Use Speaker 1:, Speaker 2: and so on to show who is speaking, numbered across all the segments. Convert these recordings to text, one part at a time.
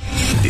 Speaker 1: The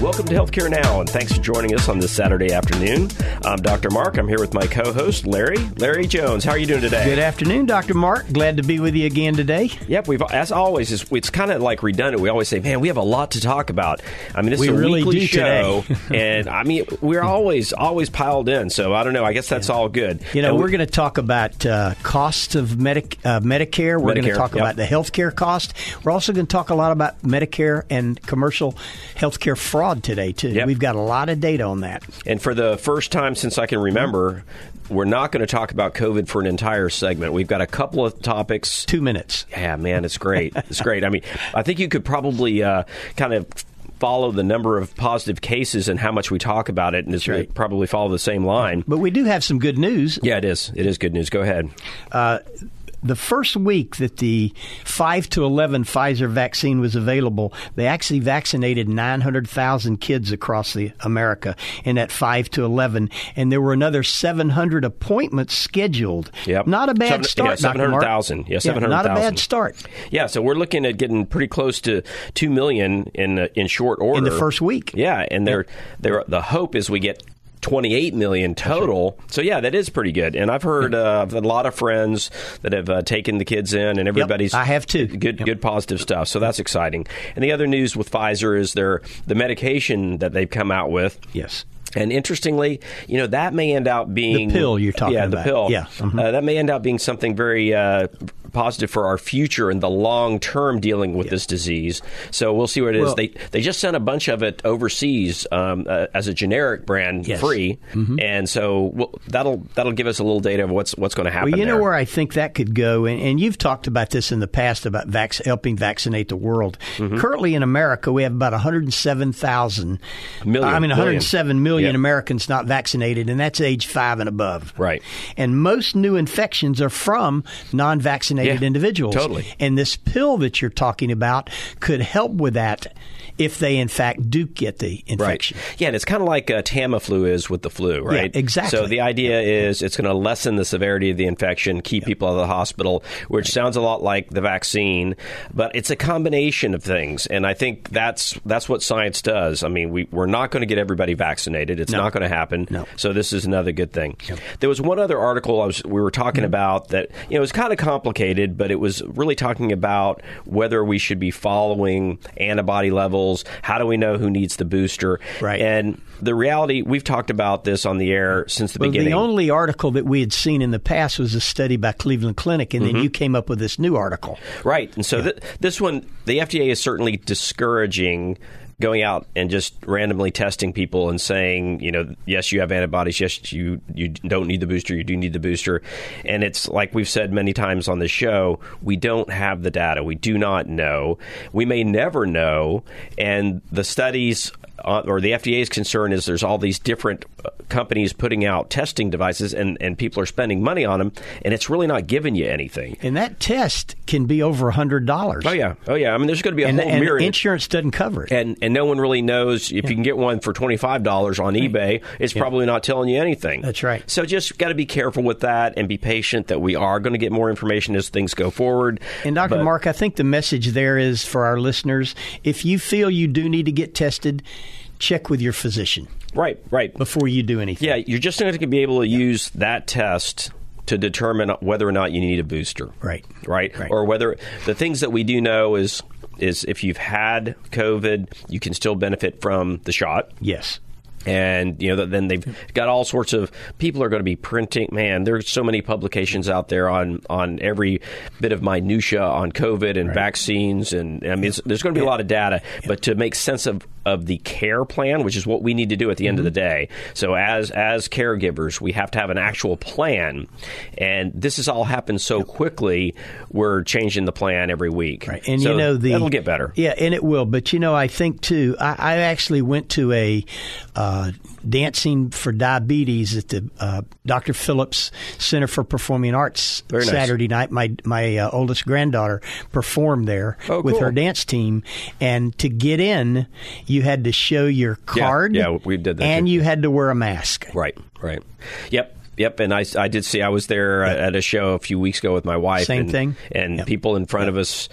Speaker 2: Welcome to Healthcare Now, and thanks for joining us on this Saturday afternoon. I'm Dr. Mark. I'm here with my co-host Larry, Larry Jones. How are you doing today?
Speaker 3: Good afternoon, Dr. Mark. Glad to be with you again today.
Speaker 2: Yep, we've as always. It's, it's kind of like redundant. We always say, "Man, we have a lot to talk about." I mean, this
Speaker 3: We
Speaker 2: is a
Speaker 3: really
Speaker 2: weekly
Speaker 3: do
Speaker 2: show,
Speaker 3: today.
Speaker 2: and I mean, we're always always piled in. So I don't know. I guess that's all good.
Speaker 3: You know,
Speaker 2: And we-
Speaker 3: we're going to talk about uh, costs of Medic- uh, Medicare. We're going
Speaker 2: Medicare,
Speaker 3: to talk
Speaker 2: yep.
Speaker 3: about the health care cost. We're also going to talk a lot about Medicare and commercial health care fraud today, too.
Speaker 2: Yep.
Speaker 3: We've got a lot of data on that.
Speaker 2: And for the first time since I can remember, we're not going to talk about COVID for an entire segment. We've got a couple of topics.
Speaker 3: Two minutes.
Speaker 2: Yeah, man, it's great. It's great. I mean, I think you could probably uh, kind of follow the number of positive cases and how much we talk about it, and it's
Speaker 3: right.
Speaker 2: probably follow the same line.
Speaker 3: But we do have some good news.
Speaker 2: Yeah, it is. It is good news. Go ahead.
Speaker 3: the first week that the 5 to 11 Pfizer vaccine was available, they actually vaccinated 900,000 kids across the America in that 5 to 11 and there were another 700 appointments scheduled.
Speaker 2: Yep.
Speaker 3: Not a
Speaker 2: Seven-
Speaker 3: bad
Speaker 2: yeah,
Speaker 3: start. Dr. Mark.
Speaker 2: 700,000. Yeah,
Speaker 3: Not a
Speaker 2: 700,000.
Speaker 3: bad start
Speaker 2: Yeah, so we're looking at getting pretty close to two million in uh, in short order
Speaker 3: in the first week.
Speaker 2: Yeah, and they're, they're, the hope is we get 28 million total. So yeah, that is pretty good. And I've heard uh, of a lot of friends that have uh, taken the kids in, and everybody's
Speaker 3: I have too.
Speaker 2: Good, good positive stuff. So that's exciting. And the other news with Pfizer is their the medication that they've come out with.
Speaker 3: Yes.
Speaker 2: And interestingly, you know that may end up being
Speaker 3: pill you're talking
Speaker 2: yeah,
Speaker 3: about.
Speaker 2: the pill.
Speaker 3: Yeah. Mhm.
Speaker 2: Uh, that may end up being something very uh, positive for our future in the long term dealing with this disease. So we'll see what it is.
Speaker 3: Well-
Speaker 2: They they just sent a bunch of it overseas um, uh, as a generic brand,
Speaker 3: Yes. Mm-hmm.
Speaker 2: free, and so we'll, that'll that'll give us a little data of what's what's going to happen.
Speaker 3: Well, you know
Speaker 2: there.
Speaker 3: where I think that could go, and, and you've talked about this in the past about vac- helping vaccinate the world.
Speaker 2: Mm-hmm.
Speaker 3: Currently in America, we have about 107,000
Speaker 2: Million,
Speaker 3: I
Speaker 2: billion.
Speaker 3: mean, 107 million
Speaker 2: Yeah.
Speaker 3: Americans not vaccinated, and that's age five and above.
Speaker 2: Right.
Speaker 3: And most new infections are from non-vaccinated
Speaker 2: Yeah,
Speaker 3: individuals.
Speaker 2: totally.
Speaker 3: And this pill that you're talking about could help with that if they in fact do get the infection.
Speaker 2: Right. Yeah, and it's kind of like uh, Tamiflu is with the flu, right?
Speaker 3: exactly.
Speaker 2: So the idea is it's going to lessen the severity of the infection, keep people out of the hospital, which sounds a lot like the vaccine, but it's a combination of things, and I think that's that's what science does. I mean, we we're not going to get everybody vaccinated. It's not going to happen.
Speaker 3: No.
Speaker 2: So this is another good thing. There was one other article I was we were
Speaker 3: Mm-hmm.
Speaker 2: talking about that you know it was kind of complicated, but it was really talking about whether we should be following antibody levels. How do we know who needs the booster?
Speaker 3: Right.
Speaker 2: And the reality we've talked about this on the air since the
Speaker 3: Well,
Speaker 2: beginning.
Speaker 3: the only article that we had seen in the past was a study by Cleveland Clinic, and
Speaker 2: Mm-hmm.
Speaker 3: then you came up with this new article.
Speaker 2: Right. And so th- this one, the FDA is certainly discouraging going out and just randomly testing people and saying, you know, yes, you have antibodies. Yes, you, you don't need the booster. You do need the booster. And it's like we've said many times on this show, we don't have the data. We do not know. We may never know. And the studies uh, or the FDA's concern is there's all these different uh, companies putting out testing devices and, and people are spending money on them. And it's really not giving you anything.
Speaker 3: And that test can be over $100.
Speaker 2: Oh yeah, oh yeah. I mean, there's going to be a
Speaker 3: And,
Speaker 2: whole
Speaker 3: and
Speaker 2: myriad.
Speaker 3: insurance doesn't cover it.
Speaker 2: and, and no one really knows if you can get one for twenty five dollars on eBay. It's probably not telling you anything.
Speaker 3: That's right.
Speaker 2: So just got to be careful with that and be patient. That we are going to get more information as things go forward.
Speaker 3: And Dr.
Speaker 2: But-
Speaker 3: Mark, I think the message there is for our listeners if you feel you do need to get tested, check with your physician
Speaker 2: right, right.
Speaker 3: before you do anything.
Speaker 2: Yeah, you're just not going to be able to use that test to determine whether or not you need a booster.
Speaker 3: Right.
Speaker 2: Right?
Speaker 3: Right.
Speaker 2: Or whether the things that we do know is is if you've had COVID, you can still benefit from the shot.
Speaker 3: Yes.
Speaker 2: and you know th- then they've got all sorts of people are going to be printing man there's so many publications out there on on every bit of minutia on covid and vaccines and i mean it's, there's going to be a lot of data but to make sense of of the care plan which is what we need to do at the end of the
Speaker 3: Mm-hmm.
Speaker 2: day so as as caregivers we have to have an actual plan and this has all happened so quickly we're changing the plan every week
Speaker 3: Right. And
Speaker 2: So
Speaker 3: you know the
Speaker 2: that'll get better
Speaker 3: Yeah, and it will. But you know, I think too. I, I actually went to a uh, dancing for diabetes at the uh, Dr. Phillips Center for Performing Arts
Speaker 2: Very nice.
Speaker 3: Saturday night. My my uh, oldest granddaughter performed there
Speaker 2: Oh,
Speaker 3: with
Speaker 2: cool.
Speaker 3: her dance team, and to get in, you had to show your
Speaker 2: Yeah,
Speaker 3: card.
Speaker 2: yeah, we did that
Speaker 3: and
Speaker 2: too.
Speaker 3: you had to wear a mask.
Speaker 2: Right, right. Yep, yep. And I, I did see, I was there uh at a show a few weeks ago with my wife.
Speaker 3: Same
Speaker 2: and,
Speaker 3: thing.
Speaker 2: And people in front of us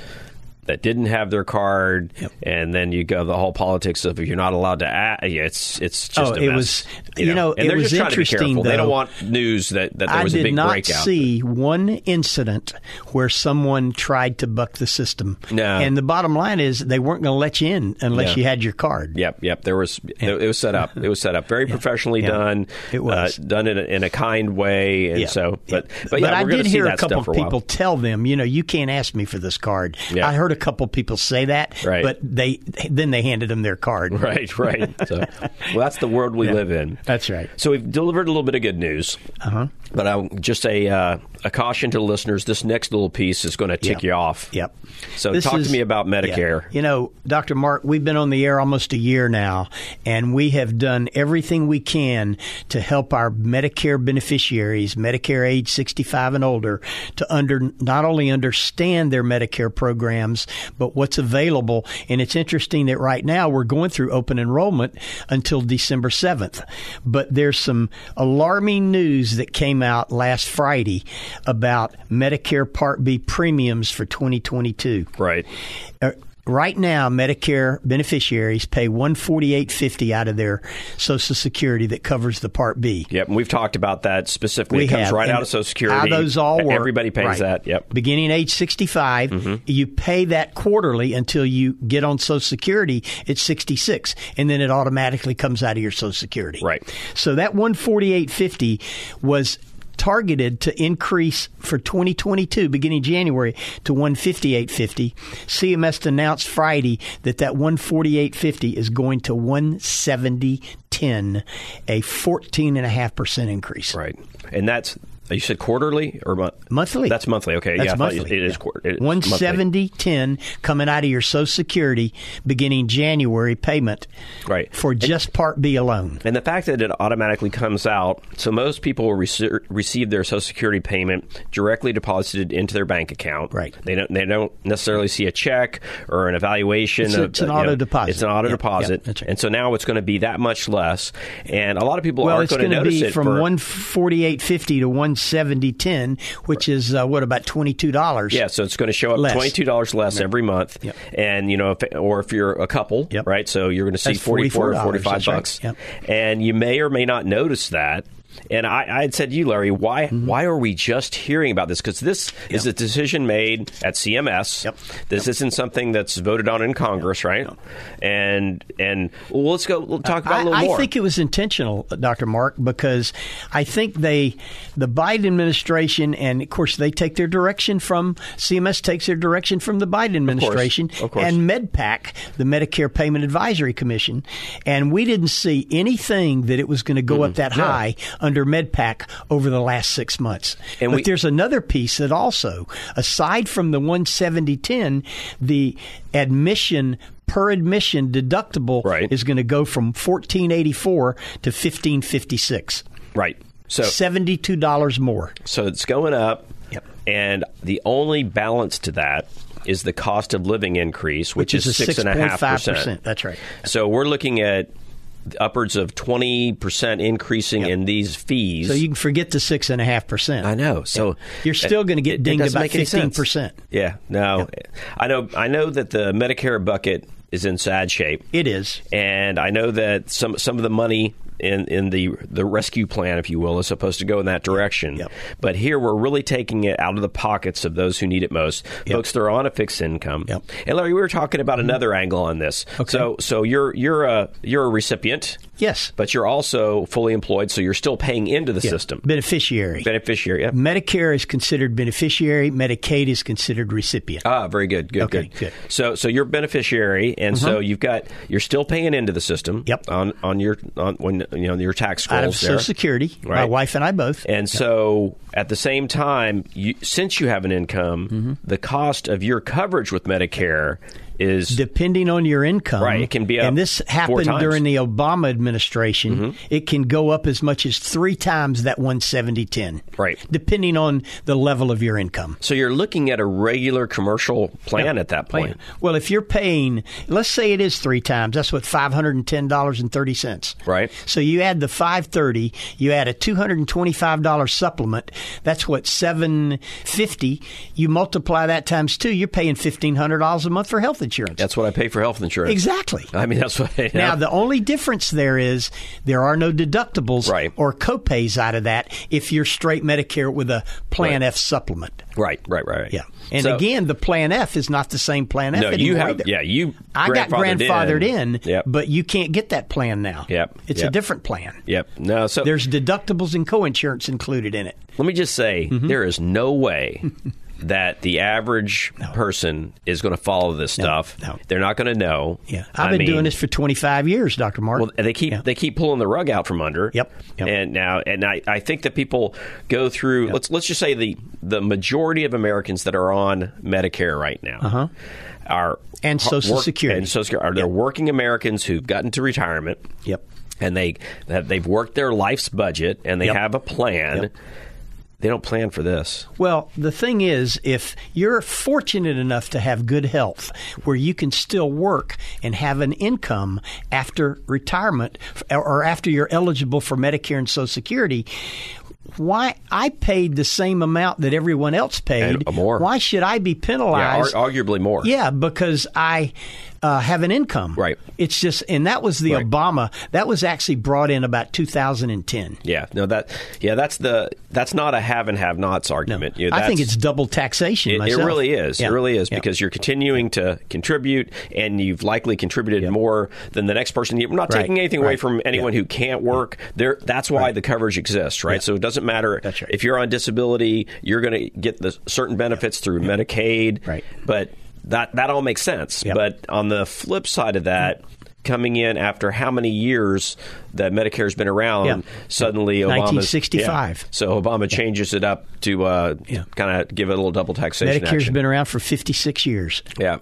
Speaker 2: that didn't have their card. And then you go the whole politics of you're not allowed to act. Yeah, it's, it's just
Speaker 3: Oh,
Speaker 2: a
Speaker 3: it
Speaker 2: mess,
Speaker 3: was- you know,
Speaker 2: and
Speaker 3: it
Speaker 2: they're
Speaker 3: was
Speaker 2: just trying to be
Speaker 3: interesting,
Speaker 2: careful. They don't
Speaker 3: though.
Speaker 2: want news that, that there
Speaker 3: I
Speaker 2: was
Speaker 3: did
Speaker 2: a big
Speaker 3: not
Speaker 2: breakout.
Speaker 3: see one incident where someone tried to buck the system.
Speaker 2: No.
Speaker 3: And the bottom line is they weren't going to let you in unless
Speaker 2: Yeah.
Speaker 3: you had your card.
Speaker 2: Yep, yep. There was it was set up. It was set up very professionally
Speaker 3: yeah.
Speaker 2: done.
Speaker 3: It was.
Speaker 2: uh, done in a, in a kind way, and
Speaker 3: Yeah.
Speaker 2: so. But
Speaker 3: Yeah.
Speaker 2: but, yeah,
Speaker 3: I
Speaker 2: we're gonna
Speaker 3: did
Speaker 2: see
Speaker 3: hear a
Speaker 2: that
Speaker 3: couple
Speaker 2: stuff for a while.
Speaker 3: people tell them, you know, you can't ask me for this card.
Speaker 2: Yeah.
Speaker 3: I heard a couple people say that,
Speaker 2: Right.
Speaker 3: but they then they handed them their card.
Speaker 2: Right, right. So, well, that's the world we live in.
Speaker 3: That's right.
Speaker 2: So we've delivered a little bit of good news, uh-huh. but I just a uh, a caution to the listeners: this next little piece is going to tick
Speaker 3: Yep.
Speaker 2: you off.
Speaker 3: Yep.
Speaker 2: So
Speaker 3: This
Speaker 2: talk
Speaker 3: is-
Speaker 2: to me about Medicare.
Speaker 3: Yeah. You know, Dr. Mark, we've been on the air almost a year now, and we have done everything we can to help our Medicare beneficiaries, Medicare age 65 and older, to under not only understand their Medicare programs, but what's available. And it's interesting that right now we're going through open enrollment until December 7th. But there's some alarming news that came out last Friday about Medicare Part B premiums for 2022.
Speaker 2: Right.
Speaker 3: Uh, Right now, Medicare beneficiaries pay one forty eight fifty out of their Social Security that covers the Part B.
Speaker 2: Yep. And we've talked about that specifically.
Speaker 3: We
Speaker 2: it comes
Speaker 3: have.
Speaker 2: right
Speaker 3: And
Speaker 2: out of Social Security.
Speaker 3: How those all work?
Speaker 2: Everybody pays
Speaker 3: Right.
Speaker 2: that. Yep. Mm-hmm.
Speaker 3: Beginning age sixty you pay that quarterly until you get on Social Security at sixty six, and then it automatically comes out of your Social Security.
Speaker 2: Right.
Speaker 3: So that one forty eight fifty was targeted to increase for 2022 beginning January to 158.50 CMS announced Friday that that 148.50 is going to 170.10 a 14.5% increase
Speaker 2: Right. And that's you said quarterly or mon-
Speaker 3: Monthly.
Speaker 2: That's monthly. Okay.
Speaker 3: That's
Speaker 2: yeah. I thought you-
Speaker 3: monthly.
Speaker 2: It is quarter. it is
Speaker 3: One
Speaker 2: monthly.
Speaker 3: seventy ten coming out of your Social Security beginning January payment.
Speaker 2: Right.
Speaker 3: For just Part B alone.
Speaker 2: And the fact that it automatically comes out, so most people will rece- receive their Social Security payment directly deposited into their bank account.
Speaker 3: Right.
Speaker 2: They don't. They don't necessarily see a check or an evaluation.
Speaker 3: It's-
Speaker 2: of,
Speaker 3: it's an
Speaker 2: you know,
Speaker 3: auto deposit.
Speaker 2: It's an auto
Speaker 3: Yep, yep,
Speaker 2: deposit.
Speaker 3: that's right.
Speaker 2: And so now it's going to be that much less. And a lot of people
Speaker 3: well,
Speaker 2: aren't
Speaker 3: it's
Speaker 2: going to
Speaker 3: gonna
Speaker 2: notice
Speaker 3: be
Speaker 2: it
Speaker 3: from
Speaker 2: for,
Speaker 3: one forty eight fifty to one seventy ten, which is uh, what about twenty two dollars?
Speaker 2: Yeah, so it's going to show up
Speaker 3: Less.
Speaker 2: twenty two dollars less every month,
Speaker 3: Yep.
Speaker 2: and you know, if, or if you're a couple,
Speaker 3: Yep.
Speaker 2: right? So you're going to see
Speaker 3: That's
Speaker 2: forty four or
Speaker 3: $44,
Speaker 2: forty five
Speaker 3: that's right.
Speaker 2: bucks,
Speaker 3: Yep.
Speaker 2: and you may or may not notice that. And I, I had said to you, Larry, why
Speaker 3: Mm-hmm.
Speaker 2: why are we just hearing about this? Because this is a decision made at CMS.
Speaker 3: Yep.
Speaker 2: This isn't something that's voted on in Congress, right? And and well, let's go we'll talk about it a little
Speaker 3: I,
Speaker 2: more.
Speaker 3: I think it was intentional, Dr. Mark, because I think they, the Biden administration, and of course they take their direction from CMS takes their direction from the Biden administration
Speaker 2: of course.
Speaker 3: and MedPAC, the Medicare Payment Advisory Commission, and we didn't see anything that it was going to go up that high under MedPAC over the last six months.
Speaker 2: And
Speaker 3: but
Speaker 2: we-
Speaker 3: there's another piece that also, aside from the 17010, the admission per admission deductible
Speaker 2: Right.
Speaker 3: is going to go from 1484 to 1556
Speaker 2: right. So
Speaker 3: $72 more
Speaker 2: So it's going up.
Speaker 3: Yep.
Speaker 2: And the only balance to that is the cost of living increase, which,
Speaker 3: which is a
Speaker 2: six and a half
Speaker 3: 6.5% that's right
Speaker 2: So we're looking at upwards of twenty percent increasing in these fees.
Speaker 3: so you can forget the 6.5%
Speaker 2: I know. So
Speaker 3: you're still going to get
Speaker 2: It
Speaker 3: dinged
Speaker 2: doesn't
Speaker 3: about
Speaker 2: make any sense.
Speaker 3: 15%
Speaker 2: Yeah. No. I know. I know that the Medicare bucket is in sad shape.
Speaker 3: it is
Speaker 2: and I know that some some of the money in in the the rescue plan, if you will, is supposed to go in that direction.
Speaker 3: Yep.
Speaker 2: But here we're really taking it out of the pockets of those who need it most, folks that are on a fixed income.
Speaker 3: Yep. Mm-hmm.
Speaker 2: And Larry, we were talking about another angle on this.
Speaker 3: Okay.
Speaker 2: So so you're you're a you're a recipient,
Speaker 3: Yes.
Speaker 2: but you're also fully employed, so you're still paying into the
Speaker 3: Yeah.
Speaker 2: system.
Speaker 3: Beneficiary.
Speaker 2: Beneficiary. Yeah.
Speaker 3: Medicare is considered beneficiary. Medicaid is considered recipient.
Speaker 2: Ah, very good. Good,
Speaker 3: Okay,
Speaker 2: good.
Speaker 3: good. Mm-hmm.
Speaker 2: So, so you're a beneficiary, and so you've got you're still paying into the system.
Speaker 3: Yep.
Speaker 2: On on your on when you know your tax scrolls
Speaker 3: Out of
Speaker 2: there.
Speaker 3: Social Security, my
Speaker 2: Right.
Speaker 3: wife and I both.
Speaker 2: And so, at the same time, you, since you have an income,
Speaker 3: Mm-hmm.
Speaker 2: the cost of your coverage with Medicare is
Speaker 3: depending on your income.
Speaker 2: Right, it can be up
Speaker 3: And this
Speaker 2: four
Speaker 3: happened
Speaker 2: times. Mm-hmm.
Speaker 3: during the Obama administration. It can go up as much as three times that 170 10.
Speaker 2: Right.
Speaker 3: Depending on the level of your income.
Speaker 2: so you're looking at a regular commercial plan at
Speaker 3: Oh,
Speaker 2: that point.
Speaker 3: Well, if you're paying, let's say it is three times, that's what five hundred and ten dollars and thirty cents.
Speaker 2: Right.
Speaker 3: So you add the five thirty, you add a two hundred and twenty five dollar supplement. That's what seven fifty. You multiply that times two, you're paying fifteen hundred dollars a month for health insurance.
Speaker 2: That's Uh, what I pay for health insurance.
Speaker 3: exactly.
Speaker 2: I mean, that's what.
Speaker 3: Now, the only difference there is there are no deductibles
Speaker 2: Right.
Speaker 3: or copays out of that if you're straight Medicare with a Plan
Speaker 2: Right.
Speaker 3: F supplement.
Speaker 2: right, right, right. right.
Speaker 3: Yeah. And
Speaker 2: So-
Speaker 3: again, the Plan F is not the same Plan F
Speaker 2: No, you
Speaker 3: anymore
Speaker 2: have-
Speaker 3: either.
Speaker 2: yeah, you
Speaker 3: I got
Speaker 2: grandfathered
Speaker 3: grandfathered
Speaker 2: in.
Speaker 3: in,
Speaker 2: Yep.
Speaker 3: but you can't get that plan now.
Speaker 2: Yep,
Speaker 3: It's
Speaker 2: yep.
Speaker 3: a different plan.
Speaker 2: Yep. No. So
Speaker 3: There's deductibles and coinsurance included in it.
Speaker 2: Let me just say,
Speaker 3: Mm-hmm.
Speaker 2: there is no way that the average person is going to follow this stuff.
Speaker 3: no.
Speaker 2: They're not going to know.
Speaker 3: Yeah.
Speaker 2: I
Speaker 3: I've been
Speaker 2: mean,
Speaker 3: doing this for 25 years, Dr. Mark.
Speaker 2: Well, they keep
Speaker 3: Yeah.
Speaker 2: they keep pulling the rug out from under.
Speaker 3: Yep, yep.
Speaker 2: And now, and I, I think that people go through. Let's let's just say the the majority of Americans that are on Medicare right now are
Speaker 3: Uh-huh. And Social Security.
Speaker 2: and Social Security are they're working Americans who've gotten to retirement
Speaker 3: Yep.
Speaker 2: and they that they've worked their life's budget and they
Speaker 3: Yep.
Speaker 2: have a plan.
Speaker 3: Yep.
Speaker 2: They don't plan for this.
Speaker 3: Well, the thing is, if you're fortunate enough to have good health where you can still work and have an income after retirement f- or after you're eligible for Medicare and Social Security, why I paid the same amount that everyone else paid?
Speaker 2: And more.
Speaker 3: Why should I be
Speaker 2: Yeah,
Speaker 3: penalized?
Speaker 2: ar- arguably more.
Speaker 3: Yeah, because I uh, have an income.
Speaker 2: Right.
Speaker 3: It's just, and that was the
Speaker 2: Right.
Speaker 3: Obama. That was actually brought in about 2010.
Speaker 2: Yeah, no, that yeah, that's the that's not a have and have nots argument. Yeah,
Speaker 3: I think
Speaker 2: that's-
Speaker 3: it's double taxation.
Speaker 2: it, it
Speaker 3: myself.
Speaker 2: really is.
Speaker 3: Yeah.
Speaker 2: It really is
Speaker 3: Yeah.
Speaker 2: because you're continuing to contribute, and you've likely contributed more than the next person. You're not
Speaker 3: Right.
Speaker 2: taking anything away
Speaker 3: Right.
Speaker 2: from anyone who can't work. There, that's why the coverage exists, right? So it doesn't matter
Speaker 3: That's right.
Speaker 2: if you're on disability, you're going to get the certain benefits through Medicaid,
Speaker 3: Right.
Speaker 2: But that that all makes sense.
Speaker 3: Yep.
Speaker 2: But on the flip side of that. Coming in after how many years that Medicare's been around,
Speaker 3: Yeah.
Speaker 2: suddenly Obama's
Speaker 3: 1965.
Speaker 2: yeah. So Obama changes it up to uh, kind of give it a little double taxation.
Speaker 3: Medicare's
Speaker 2: action.
Speaker 3: been around for 56 years.
Speaker 2: Yeah.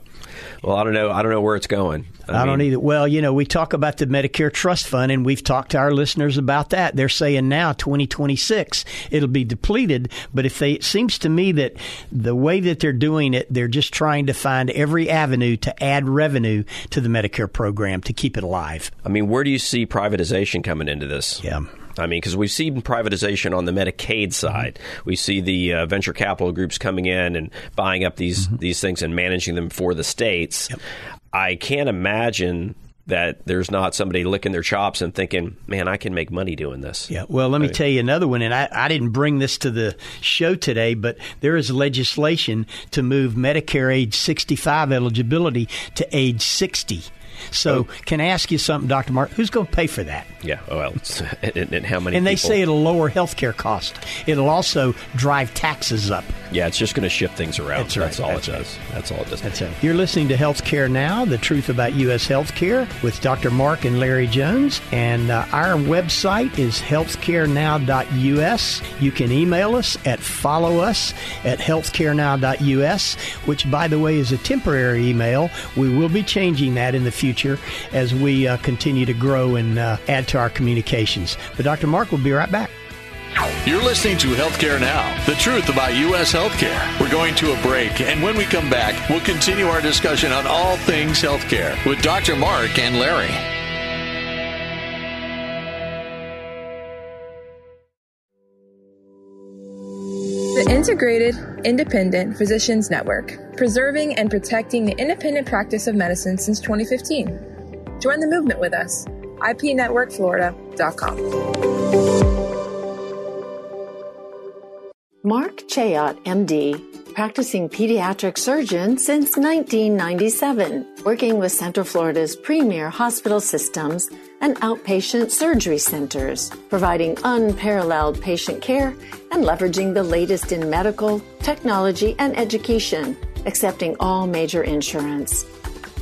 Speaker 2: Well, I don't know. I don't know where it's going.
Speaker 3: I, don't
Speaker 2: mean,
Speaker 3: either. Well, you know, we talk about the Medicare Trust Fund, and we've talked to our listeners about that. They're saying now, 2026, it'll be depleted. But if they, it seems to me that the way that they're doing it, they're just trying to find every avenue to add revenue to the Medicare program to keep it alive.
Speaker 2: I mean, where do you see privatization coming into this?
Speaker 3: Yeah. Mm-hmm.
Speaker 2: I mean, because we've seen privatization on the Medicaid side. We see the uh, venture capital groups coming in and buying up these
Speaker 3: Mm-hmm.
Speaker 2: these things and managing them for the states. I can't imagine that there's not somebody licking their chops and thinking, "Man, I can make money doing this."
Speaker 3: Yeah. Well, let me tell you another one, and I, I didn't bring this to the show today, but there is legislation to move Medicare age 65 eligibility to age 60. So, can I ask you something, Dr. Mark? Who's going to pay for that?
Speaker 2: Yeah. Oh, Well, and, and how many?
Speaker 3: And they
Speaker 2: people-
Speaker 3: say it'll lower health care costs. It'll also drive taxes up.
Speaker 2: Yeah, it's just going to shift things around. That's,
Speaker 3: That's right.
Speaker 2: all
Speaker 3: That's
Speaker 2: it
Speaker 3: right.
Speaker 2: does. That's all it does.
Speaker 3: That's it. You're listening to Healthcare Now, the truth about U.S. healthcare with Dr. Mark and Larry Jones. And uh, our website is healthcarenow.us. You can email us at follow us at healthcarenow.us, which, by the way, is a temporary email. We will be changing that in the future as we uh, continue to grow and uh, add to our communications. But Dr. Mark will be right back.
Speaker 4: You're listening to Healthcare Now, the truth about U.S. healthcare. We're going to a break, and when we come back, we'll continue our discussion on all things healthcare with Dr. Mark and Larry.
Speaker 5: The Integrated Independent Physicians Network, preserving and protecting the independent practice of medicine since 2015. Join the movement with us. ipnetworkflorida.com.
Speaker 6: Mark Chayot, MD, practicing pediatric surgeon since 1997, working with Central Florida's premier hospital systems and outpatient surgery centers, providing unparalleled patient care and leveraging the latest in medical, technology, and education, accepting all major insurance.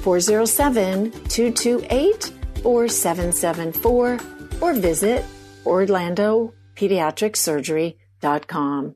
Speaker 6: 407 228 4774 or visit OrlandoPediatricSurgery.com.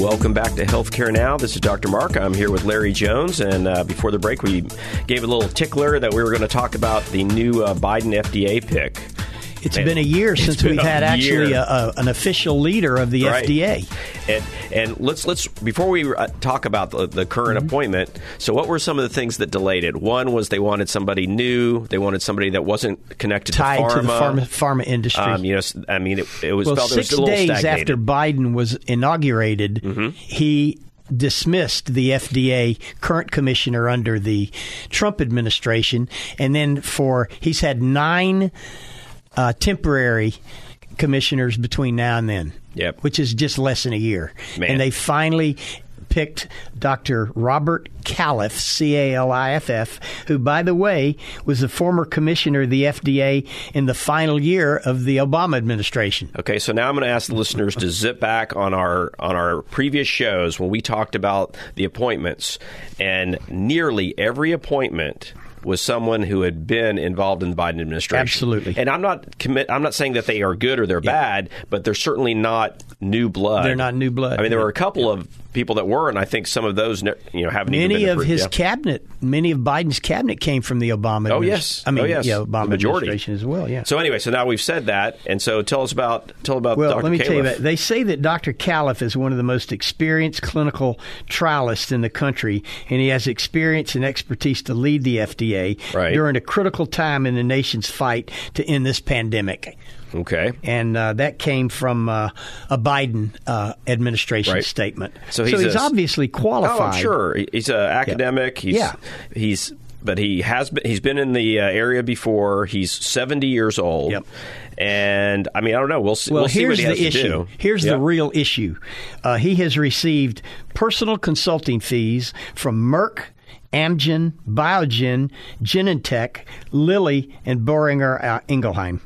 Speaker 2: Welcome back to Healthcare Now. This is Dr. Mark. I'm here with Larry Jones. And uh, before the break, we gave a little tickler that we were going to talk about the new uh, Biden FDA pick.
Speaker 3: It's
Speaker 2: And
Speaker 3: been a year
Speaker 2: it's
Speaker 3: since
Speaker 2: been
Speaker 3: we've
Speaker 2: a
Speaker 3: had actually
Speaker 2: year.
Speaker 3: a, a, an official leader of the
Speaker 2: Right.
Speaker 3: FDA.
Speaker 2: And and let's let's before we uh, talk about the, the current
Speaker 3: Mm-hmm.
Speaker 2: appointment. So, what were some of the things that delayed it? One was they wanted somebody new. They wanted somebody that wasn't connected
Speaker 3: Tied
Speaker 2: to pharma.
Speaker 3: to the pharma- pharma industry.
Speaker 2: Um, you know, s- I mean, it, it was
Speaker 3: Well,
Speaker 2: felt it was
Speaker 3: six
Speaker 2: a little
Speaker 3: days
Speaker 2: stagnated. Mm-hmm.
Speaker 3: after Biden was inaugurated, he dismissed the FDA current commissioner under the Trump administration, and then for he's had nine uh, temporary commissioners between now and then.
Speaker 2: Yep.
Speaker 3: which is just less than a year,
Speaker 2: Man.
Speaker 3: and they finally. Picked Dr. Robert Califf, C A L I F F, who, by the way, was the former commissioner of the FDA in the final year of the Obama administration.
Speaker 2: Okay, so now I'm going to ask the listeners to zip back on our on our previous shows when we talked about the appointments, and nearly every appointment was someone who had been involved in the Biden administration.
Speaker 3: Absolutely.
Speaker 2: and I'm not commit. I'm not saying that they are good or they're bad, but they're certainly not new blood.
Speaker 3: They're not new blood.
Speaker 2: I mean, there were a couple of people that were, and I think some of those ne- you know haven't even
Speaker 3: Many
Speaker 2: been
Speaker 3: of
Speaker 2: approved.
Speaker 3: his
Speaker 2: Yeah.
Speaker 3: cabinet, many of Biden's cabinet came from the Obama.
Speaker 2: Oh
Speaker 3: administ-
Speaker 2: yes,
Speaker 3: I mean
Speaker 2: oh, yes.
Speaker 3: yeah, Obama
Speaker 2: the majority
Speaker 3: administration as well. Yeah.
Speaker 2: So anyway, so now we've said that, and so tell us about tell about
Speaker 3: well,
Speaker 2: Dr.
Speaker 3: let me tell you
Speaker 2: Califf.
Speaker 3: about. They say that Dr. Califf is one of the most experienced clinical trialists in the country, and he has experience and expertise to lead the FDA
Speaker 2: Right.
Speaker 3: during a critical time in the nation's fight to end this pandemic.
Speaker 2: Okay,
Speaker 3: and uh, that came from uh, a Biden uh, administration
Speaker 2: Right.
Speaker 3: statement.
Speaker 2: So he's a-
Speaker 3: obviously qualified.
Speaker 2: Oh, I'm sure. He- He's an academic. He's,
Speaker 3: Yeah.
Speaker 2: He's but he has been he's been in the uh, area before. He's 70 years old.
Speaker 3: Yep.
Speaker 2: And I mean, I don't know. We'll see.
Speaker 3: Well,
Speaker 2: we'll see
Speaker 3: here's
Speaker 2: what he has
Speaker 3: the
Speaker 2: to
Speaker 3: issue.
Speaker 2: do.
Speaker 3: Here's
Speaker 2: Yeah.
Speaker 3: the real issue. Uh, he has received personal consulting fees from Merck, Amgen, Biogen, Genentech, Lilly, and Boehringer uh, Ingelheim.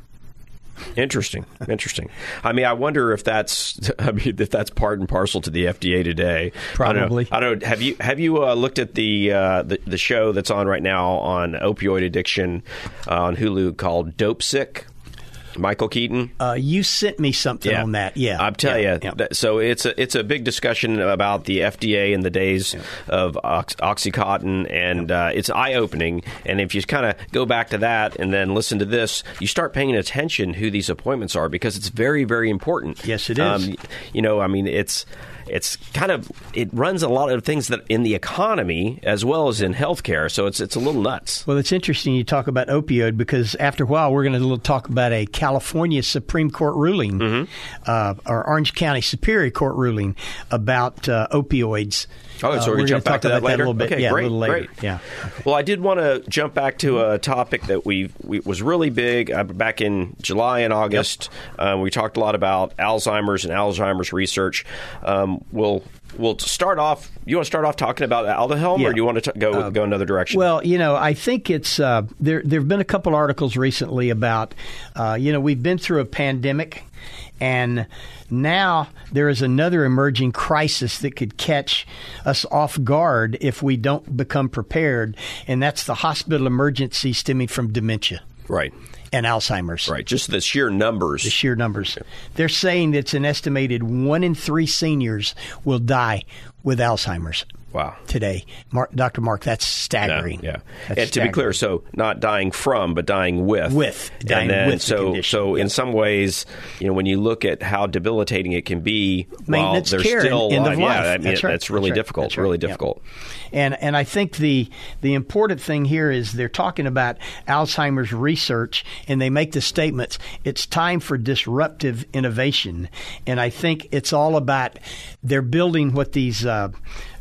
Speaker 2: Interesting. Interesting. I mean, I wonder if that's I mean, if that's part and parcel to the FDA today. I don't know.
Speaker 3: Probably.
Speaker 2: I don't know. Have you have you uh, looked at the, uh, the the show that's on right now on opioid addiction uh, on Hulu called Dope Sick? Michael Keaton.
Speaker 3: Uh, you sent me something on that. Yeah,
Speaker 2: I'm telling
Speaker 3: Yeah,
Speaker 2: you.
Speaker 3: yeah.
Speaker 2: that- so it's a it's a big discussion about the FDA in the days of Ox- OxyContin, and uh, it's eye opening. And if you kind of go back to that and then listen to this, you start paying attention who these appointments are because it's very very important. Um,
Speaker 3: Yes, it is.
Speaker 2: you know, I mean, it's. It's kind of it runs a lot of things that in the economy as well as in healthcare, so it's it's a little nuts.
Speaker 3: Well, it's interesting you talk about opioid because after a while we're going to talk about a California Supreme Court ruling
Speaker 2: Mm-hmm.
Speaker 3: uh, or Orange County Superior Court ruling about uh, opioids.
Speaker 2: Oh,
Speaker 3: Uh,
Speaker 2: so
Speaker 3: we're
Speaker 2: we
Speaker 3: gonna
Speaker 2: jump back
Speaker 3: talk
Speaker 2: to that
Speaker 3: about
Speaker 2: later.
Speaker 3: a little bit.
Speaker 2: Okay,
Speaker 3: yeah,
Speaker 2: great,
Speaker 3: a little later.
Speaker 2: great.
Speaker 3: Yeah.
Speaker 2: Well, I did want to jump back to a topic that we, we was really big uh, back in July and August. Um, we talked a lot about Alzheimer's and Alzheimer's research. Um, we'll we'll start off. You want to start off talking about Aldahelm,
Speaker 3: Yeah. Uh,
Speaker 2: or do you want to t- go go another direction?
Speaker 3: Well, you know, I think it's uh, there. There have been a couple articles recently about, uh, you know, we've been through a pandemic, and now there is another emerging crisis that could catch us off guard if we don't become prepared, and that's the hospital emergency stemming from dementia.
Speaker 2: right.
Speaker 3: and Alzheimer's.
Speaker 2: Right, just the sheer numbers.
Speaker 3: The sheer numbers. They're saying it's an estimated one in three seniors will die with Alzheimer's.
Speaker 2: Wow.
Speaker 3: Today, Mark, Dr. Mark, that's
Speaker 2: No,
Speaker 3: staggering.
Speaker 2: yeah.
Speaker 3: That's
Speaker 2: and to be
Speaker 3: staggering.
Speaker 2: clear, so not dying from, but dying with.
Speaker 3: With. Dying
Speaker 2: and then,
Speaker 3: with the
Speaker 2: so,
Speaker 3: condition.
Speaker 2: so in some ways, you know, when you look at how debilitating it can be, while
Speaker 3: Maintenance
Speaker 2: they're
Speaker 3: care and
Speaker 2: still
Speaker 3: end of
Speaker 2: alive,
Speaker 3: life.
Speaker 2: yeah, I mean,
Speaker 3: That's right.
Speaker 2: that's really
Speaker 3: That's right.
Speaker 2: difficult.
Speaker 3: That's right.
Speaker 2: Really
Speaker 3: Yeah.
Speaker 2: difficult.
Speaker 3: And and I think the the important thing here is they're talking about Alzheimer's research and they make the statements it's time for disruptive innovation and I think it's all about they're building what these uh,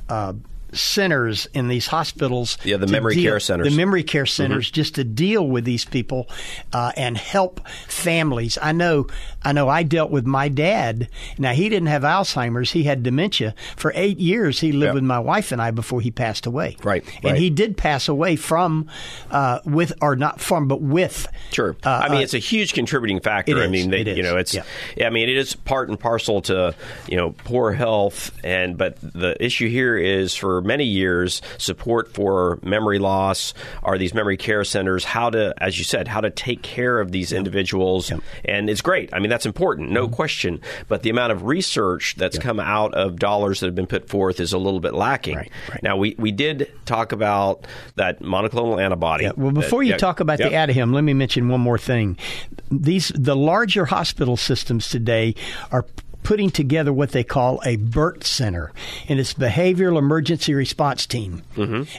Speaker 3: uh, centers in these hospitals
Speaker 2: Yeah, the
Speaker 3: to
Speaker 2: memory
Speaker 3: deal-
Speaker 2: care centers.
Speaker 3: the memory care
Speaker 2: Mm-hmm.
Speaker 3: centers just to deal with these people uh, and help families. I know, I know. I dealt with my dad. Now he didn't have Alzheimer's; he had dementia. For eight years, he lived
Speaker 2: Yeah.
Speaker 3: with my wife and I before he passed away.
Speaker 2: Right,
Speaker 3: and
Speaker 2: right.
Speaker 3: he did pass away from, uh, with or not from, but with.
Speaker 2: Sure.
Speaker 3: uh,
Speaker 2: I mean,
Speaker 3: uh,
Speaker 2: it's a huge contributing factor.
Speaker 3: It
Speaker 2: I
Speaker 3: is.
Speaker 2: mean, they,
Speaker 3: It
Speaker 2: you know,
Speaker 3: is.
Speaker 2: it's.
Speaker 3: Yeah.
Speaker 2: I mean, it is part and parcel to you know poor health, and but the issue here is for many years support for memory loss are these memory care centers. How to, as you said, how to take care of these individuals, and it's great. I mean, that's important,
Speaker 3: Mm-hmm.
Speaker 2: no question. But the amount of research that's come out of dollars that have been put forth is a little bit lacking.
Speaker 3: Right, right.
Speaker 2: Now, we we did talk about that monoclonal antibody.
Speaker 3: Yeah, well, before you talk about the Adahem, let me mention one more thing. These the larger hospital systems today are putting together what they call a BERT center, and it's Behavioral Emergency Response Team,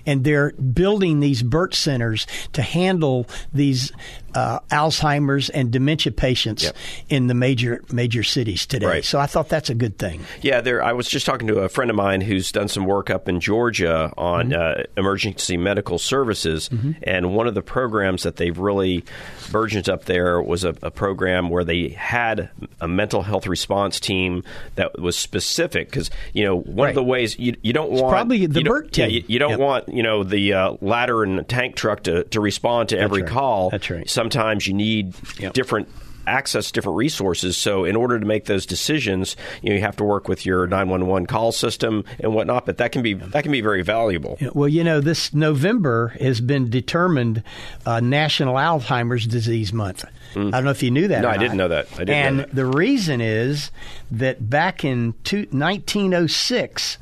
Speaker 3: and they're building these BERT centers to handle these uh, Alzheimer's and dementia patients in the major major cities today.
Speaker 2: Right.
Speaker 3: So I thought that's a good thing.
Speaker 2: Yeah, there. I was just talking to a friend of mine who's done some work up in Georgia on
Speaker 3: Mm-hmm.
Speaker 2: uh, emergency medical services, and one of the programs that they've really burgeoned up there was a, a program where they had a mental health response team that was specific because you know one of
Speaker 3: Right.
Speaker 2: the ways you, you don't want
Speaker 3: probably the
Speaker 2: you don't-
Speaker 3: Burt
Speaker 2: yeah,
Speaker 3: team.
Speaker 2: you, you don't
Speaker 3: Yep.
Speaker 2: want you know the uh, ladder and the tank truck to, to respond to every
Speaker 3: right.
Speaker 2: call.
Speaker 3: That's right.
Speaker 2: Sometimes you need
Speaker 3: Yep.
Speaker 2: different access different resources. So in order to make those decisions, you, know, you have to work with your 911 call system and whatnot. But that can be that can be very valuable.
Speaker 3: Yeah, Well, you know, this November has been determined uh, National Alzheimer's Disease Month. I don't know if you knew that.
Speaker 2: Hmm. No,
Speaker 3: or
Speaker 2: I
Speaker 3: not.
Speaker 2: didn't know that. I didn't know
Speaker 3: and
Speaker 2: that.
Speaker 3: the reason is that back in two, 1906,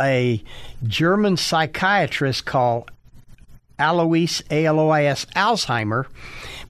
Speaker 3: a German psychiatrist called Alois, A L O I S, Alzheimer,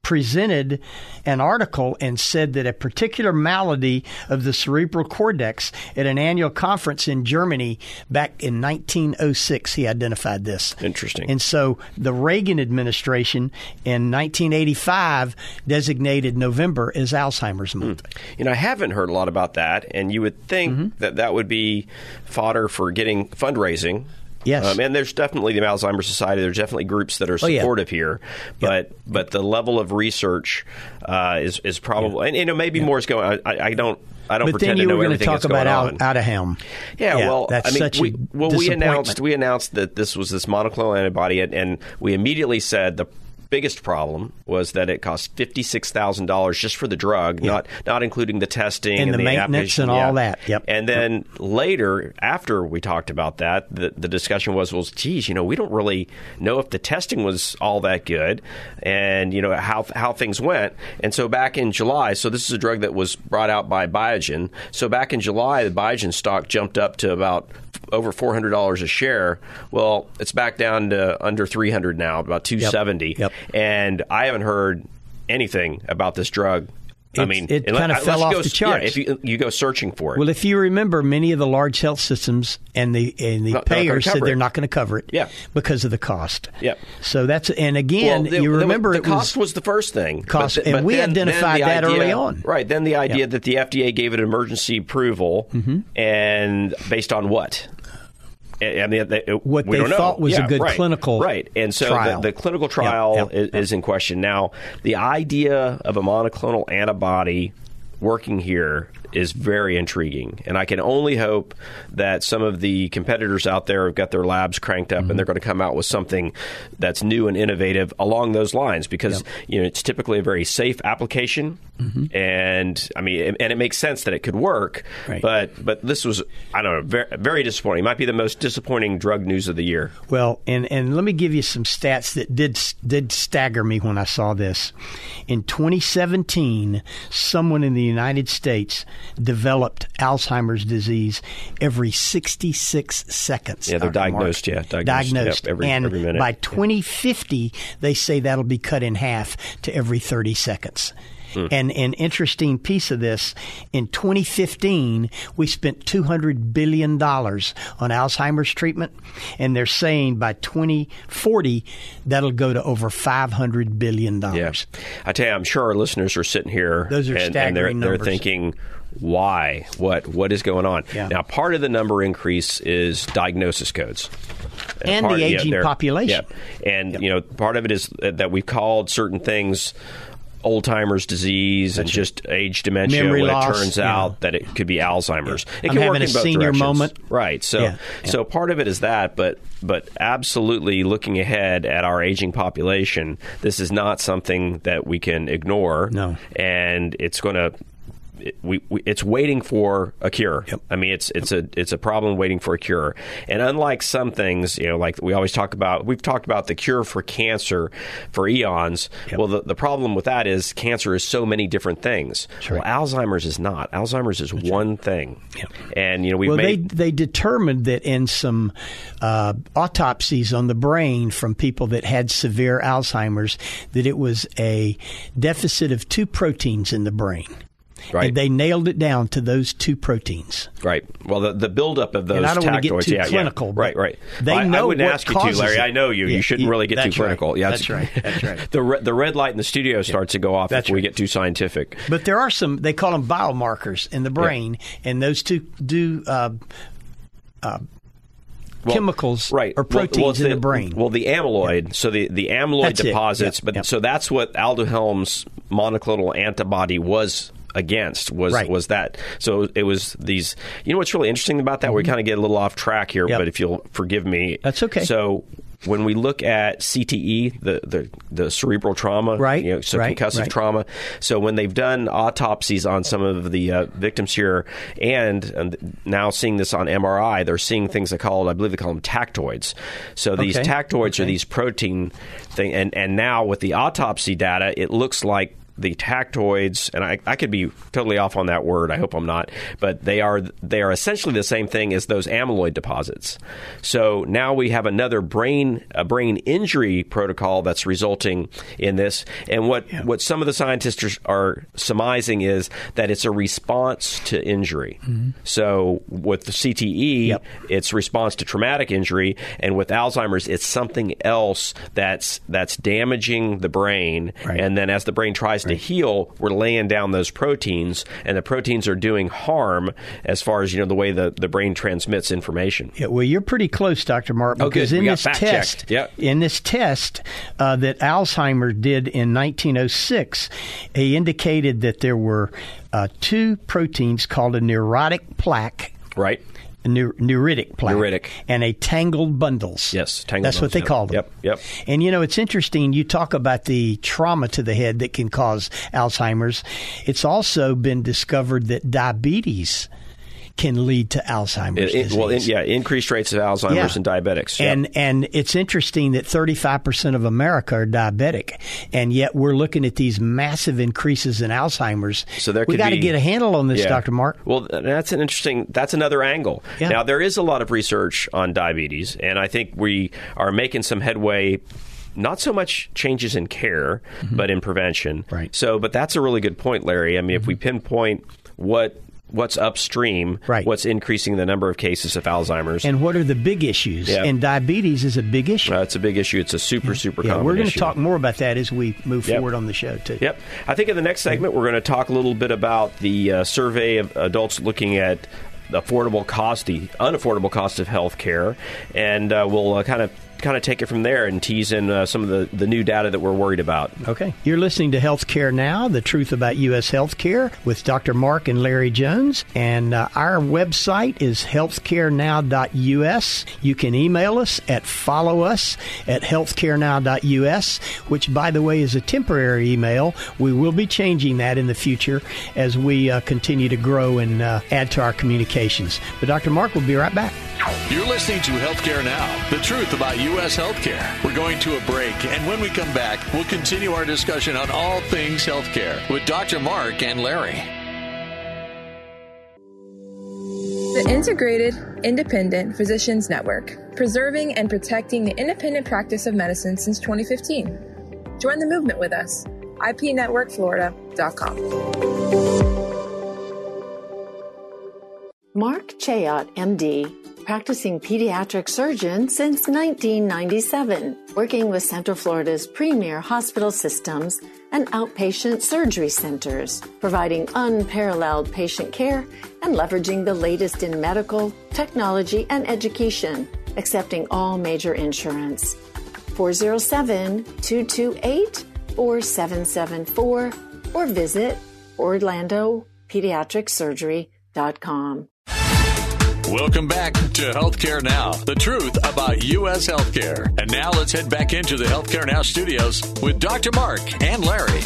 Speaker 3: presented an article and said that a particular malady of the cerebral cortex at an annual conference in Germany back in 1906, he identified this.
Speaker 2: Interesting.
Speaker 3: And so the Reagan administration in 1985 designated November as Alzheimer's Month.
Speaker 2: You know, I haven't heard a lot about that, and you would think
Speaker 3: Mm-hmm.
Speaker 2: that that would be fodder for getting fundraising.
Speaker 3: Yes.
Speaker 2: um, and there's definitely the Alzheimer's Society. There's definitely groups that are
Speaker 3: Oh, yeah.
Speaker 2: supportive here, but but the level of research uh, is is probably and you know maybe more is going. I, I I don't I don't
Speaker 3: but
Speaker 2: pretend
Speaker 3: then you
Speaker 2: to know
Speaker 3: were going to
Speaker 2: everything
Speaker 3: talk
Speaker 2: that's going
Speaker 3: about
Speaker 2: on.
Speaker 3: out, out of him.
Speaker 2: Yeah, well,
Speaker 3: that's
Speaker 2: I mean,
Speaker 3: such a
Speaker 2: we, well, we
Speaker 3: disappointment.
Speaker 2: announced we announced that this was this monoclonal antibody, and, and we immediately said the biggest problem was that it cost fifty six thousand dollars just for the drug, not not including the testing
Speaker 3: And
Speaker 2: and,
Speaker 3: the maintenance
Speaker 2: application.
Speaker 3: and all
Speaker 2: Yeah.
Speaker 3: that. Yep.
Speaker 2: And then later, after we talked about that, the, the discussion was, well, geez, you know, we don't really know if the testing was all that good, and you know how how things went. And so back in July, so this is a drug that was brought out by Biogen. So back in July, the Biogen stock jumped up to about over four hundred dollars a share. Well, it's back down to under three hundred now, about two seventy.
Speaker 3: Yep.
Speaker 2: And I haven't heard anything about this drug. I
Speaker 3: It's-
Speaker 2: mean,
Speaker 3: it
Speaker 2: unless-
Speaker 3: kinda
Speaker 2: unless
Speaker 3: fell
Speaker 2: you
Speaker 3: off
Speaker 2: go-
Speaker 3: the
Speaker 2: yeah,
Speaker 3: charts.
Speaker 2: if you, you go searching for it.
Speaker 3: Well, if you remember, many of the large health systems and the and the
Speaker 2: Not- not gonna
Speaker 3: payers said
Speaker 2: cover it.
Speaker 3: they're not going to cover it
Speaker 2: Yeah.
Speaker 3: because of the cost.
Speaker 2: Yeah.
Speaker 3: So that's and again,
Speaker 2: Well, the-
Speaker 3: you
Speaker 2: the-
Speaker 3: remember
Speaker 2: the,
Speaker 3: it
Speaker 2: cost
Speaker 3: was
Speaker 2: was, the first thing.
Speaker 3: Cost-
Speaker 2: th-
Speaker 3: and we identified
Speaker 2: the
Speaker 3: that early on.
Speaker 2: Right. Then the idea that the FDA gave it emergency approval,
Speaker 3: Mm-hmm.
Speaker 2: and based on what? I I mean, they,
Speaker 3: What
Speaker 2: we
Speaker 3: they
Speaker 2: don't know.
Speaker 3: thought was a
Speaker 2: Yeah,
Speaker 3: good
Speaker 2: right,
Speaker 3: clinical
Speaker 2: right, and so
Speaker 3: trial.
Speaker 2: The, the clinical
Speaker 3: Yeah,
Speaker 2: trial
Speaker 3: yeah,
Speaker 2: i- is in question now. The idea of a monoclonal antibody working here is very intriguing, and I can only hope that some of the competitors out there have got their labs cranked up and they're going to come out with something that's new and innovative along those lines because you know it's typically a very safe application. And I mean, it- and it makes sense that it could work,
Speaker 3: Right.
Speaker 2: but but this was I don't know very, very disappointing. Might be the most disappointing drug news of the year.
Speaker 3: Well, and, and let me give you some stats that did did stagger me when I saw this. In 2017, someone in the United States developed Alzheimer's disease every 66 seconds.
Speaker 2: Yeah, they're
Speaker 3: Dr. Mark.
Speaker 2: diagnosed, yeah, diagnosed, yep, every-
Speaker 3: and
Speaker 2: every minute.
Speaker 3: by 2050, they say that'll be cut in half to every 30 seconds. And an interesting piece of this in 2015, we spent $200 billion on Alzheimer's treatment. And they're saying by 2040, that'll go to over $500 billion.
Speaker 2: Yes, I tell you, I'm sure our listeners are sitting here.
Speaker 3: Those are
Speaker 2: and, and they're,
Speaker 3: staggering
Speaker 2: they're
Speaker 3: numbers.
Speaker 2: thinking, why? What? What is going on?
Speaker 3: Yeah.
Speaker 2: Now, part of the number increase is diagnosis codes.
Speaker 3: And
Speaker 2: part-
Speaker 3: the
Speaker 2: yeah,
Speaker 3: aging
Speaker 2: they're-
Speaker 3: population.
Speaker 2: yeah. And you know, part of it is that we've called certain things old timers disease and just age dementia
Speaker 3: Memory
Speaker 2: when it
Speaker 3: loss,
Speaker 2: turns
Speaker 3: yeah.
Speaker 2: out that it could be Alzheimer's. It can
Speaker 3: I'm
Speaker 2: work
Speaker 3: having a
Speaker 2: in both
Speaker 3: senior
Speaker 2: directions.
Speaker 3: moment.
Speaker 2: Right. So
Speaker 3: Yeah, yeah.
Speaker 2: so part of it is that, but but absolutely looking ahead at our aging population, this is not something that we can ignore.
Speaker 3: No.
Speaker 2: And it's going to we, we, it's waiting for a cure. I mean, it's it's a it's a problem waiting for a cure. And unlike some things, you know, like we always talk about, we've talked about the cure for cancer for eons. Well, the, the problem with that is cancer is so many different things. Well, Alzheimer's is not. Alzheimer's is one thing. And you know, we've
Speaker 3: well,
Speaker 2: made
Speaker 3: they they determined that in some uh, autopsies on the brain from people that had severe Alzheimer's, that it was a deficit of two proteins in the brain,
Speaker 2: Right.
Speaker 3: and they nailed it down to those two proteins.
Speaker 2: Right. Well, the, the buildup of those
Speaker 3: And I don't wanna get
Speaker 2: tactoids-
Speaker 3: too
Speaker 2: yeah, yeah.
Speaker 3: clinical, but
Speaker 2: Right, right.
Speaker 3: they
Speaker 2: Well, I, I
Speaker 3: know
Speaker 2: wouldn't
Speaker 3: what
Speaker 2: ask you to,
Speaker 3: causes
Speaker 2: Larry.
Speaker 3: it.
Speaker 2: I know you.
Speaker 3: Yeah,
Speaker 2: you shouldn't
Speaker 3: yeah,
Speaker 2: really get too
Speaker 3: that's right.
Speaker 2: clinical.
Speaker 3: That's right. That's right.
Speaker 2: the, re- the red light in the studio starts to go off
Speaker 3: That's
Speaker 2: if we
Speaker 3: right.
Speaker 2: get too scientific.
Speaker 3: But there are some they call them biomarkers in the brain, and those two do. Uh, uh, chemicals
Speaker 2: right.
Speaker 3: or
Speaker 2: Well- well, it's
Speaker 3: proteins in the brain.
Speaker 2: Well, the amyloid. So the, the amyloid
Speaker 3: That's it.
Speaker 2: deposits,
Speaker 3: Yep,
Speaker 2: but
Speaker 3: yep.
Speaker 2: so that's what Aldohelm's monoclonal antibody was against was
Speaker 3: Right.
Speaker 2: was that so it was these you know what's really interesting about that we kind of get a little off track here
Speaker 3: Mm-hmm. Yep.
Speaker 2: but if you'll forgive me
Speaker 3: That's okay.
Speaker 2: so when we look at CTE the the, the cerebral trauma
Speaker 3: Right,
Speaker 2: you know, so
Speaker 3: right,
Speaker 2: concussive
Speaker 3: right.
Speaker 2: trauma so when they've done autopsies on some of the uh, victims here and, and now seeing this on MRI they're seeing things they call I believe they call them tactoids so these
Speaker 3: Okay.
Speaker 2: tactoids are
Speaker 3: Okay.
Speaker 2: these protein thing and and now with the autopsy data it looks like the tactoids and I, I could be totally off on that word i hope i'm not but they are they are essentially the same thing as those amyloid deposits so now we have another brain a brain injury protocol that's resulting in this and what what some of the scientists are, are surmising is that it's a response to injury so with the cte
Speaker 3: Mm-hmm. Yep.
Speaker 2: it's response to traumatic injury, and with Alzheimer's, it's something else that's that's damaging the brain.
Speaker 3: Right.
Speaker 2: And then as the brain tries to heal, we're laying down those proteins, and the proteins are doing harm as far as you know the way the, the brain transmits information.
Speaker 3: Yeah, well, you're pretty close, Dr. Mark,
Speaker 2: Oh,
Speaker 3: because
Speaker 2: good.
Speaker 3: in
Speaker 2: We got
Speaker 3: this,
Speaker 2: fact-checked.
Speaker 3: test,
Speaker 2: Yep.
Speaker 3: in this test uh, that Alzheimer did in 1906, he indicated that there were uh, two proteins called a neurotic plaque.
Speaker 2: Right?
Speaker 3: a neu- Neuritic plaque
Speaker 2: Neuritic.
Speaker 3: and a tangled bundles.
Speaker 2: Yes, tangled
Speaker 3: That's
Speaker 2: bundles,
Speaker 3: what they
Speaker 2: yep.
Speaker 3: call them.
Speaker 2: Yep, yep.
Speaker 3: And you know, it's interesting. You talk about the trauma to the head that can cause Alzheimer's. It's also been discovered that diabetes can lead to Alzheimer's.
Speaker 2: It- it- well, in-
Speaker 3: disease.
Speaker 2: yeah, increased rates of Alzheimer's
Speaker 3: Yeah.
Speaker 2: and diabetics. Yep.
Speaker 3: And and it's interesting that 35% of America are diabetic, and yet we're looking at these massive increases in Alzheimer's.
Speaker 2: So there
Speaker 3: we
Speaker 2: could
Speaker 3: got to
Speaker 2: be-
Speaker 3: get a handle on this,
Speaker 2: Yeah.
Speaker 3: Dr. Mark.
Speaker 2: Well, th- that's an interesting. That's another angle.
Speaker 3: Yeah.
Speaker 2: Now there is a lot of research on diabetes, and I think we are making some headway. Not so much changes in care, but in prevention.
Speaker 3: Mm-hmm. Right. Mm-hmm.
Speaker 2: So, but that's a really good point, Larry. I mean, if we pinpoint what what's upstream,
Speaker 3: Right.
Speaker 2: what's increasing the number of cases of Alzheimer's,
Speaker 3: And what are the big issues?
Speaker 2: Yeah.
Speaker 3: And diabetes is a big issue.
Speaker 2: uh, it's a big issue. It's a super super.
Speaker 3: yeah,
Speaker 2: common
Speaker 3: we're going to
Speaker 2: issue.
Speaker 3: talk more about that as we move
Speaker 2: Yep.
Speaker 3: forward on the show too.
Speaker 2: Yep. I think in the next segment, we're going to talk a little bit about the uh, survey of adults looking at the affordable cost, the unaffordable cost of health care, and uh, we'll uh, kind of kind of take it from there and tease in uh, some of the, the new data that we're worried about.
Speaker 3: Okay. You're listening to Healthcare Now, the truth about U.S. healthcare with Dr. Mark and Larry Jones. And uh, our website is healthcarenow.us. You can email us at follow us at healthcarenow.us, which, by the way, is a temporary email. We will be changing that in the future as we uh, continue to grow and uh, add to our communications. But Dr. Mark will be right back.
Speaker 4: You're listening to Healthcare Now, the truth about U.S. healthcare. We're going to a break, and when we come back, we'll continue our discussion on all things healthcare with Dr. Mark and Larry.
Speaker 5: The Integrated Independent Physicians Network, preserving and protecting the independent practice of medicine since 2015. Join the movement with us. IPNetworkFlorida.com.
Speaker 6: Mark Chayot, MD, practicing pediatric surgeon since 1997, working with Central Florida's premier hospital systems and outpatient surgery centers, providing unparalleled patient care and leveraging the latest in medical, technology, and education, accepting all major insurance. 407 228 4774 or visit orlandopediatricsurgery.com.
Speaker 4: Welcome back to Healthcare Now, the truth about U.S. healthcare. And now let's head back into the Healthcare Now studios with Dr. Mark and Larry.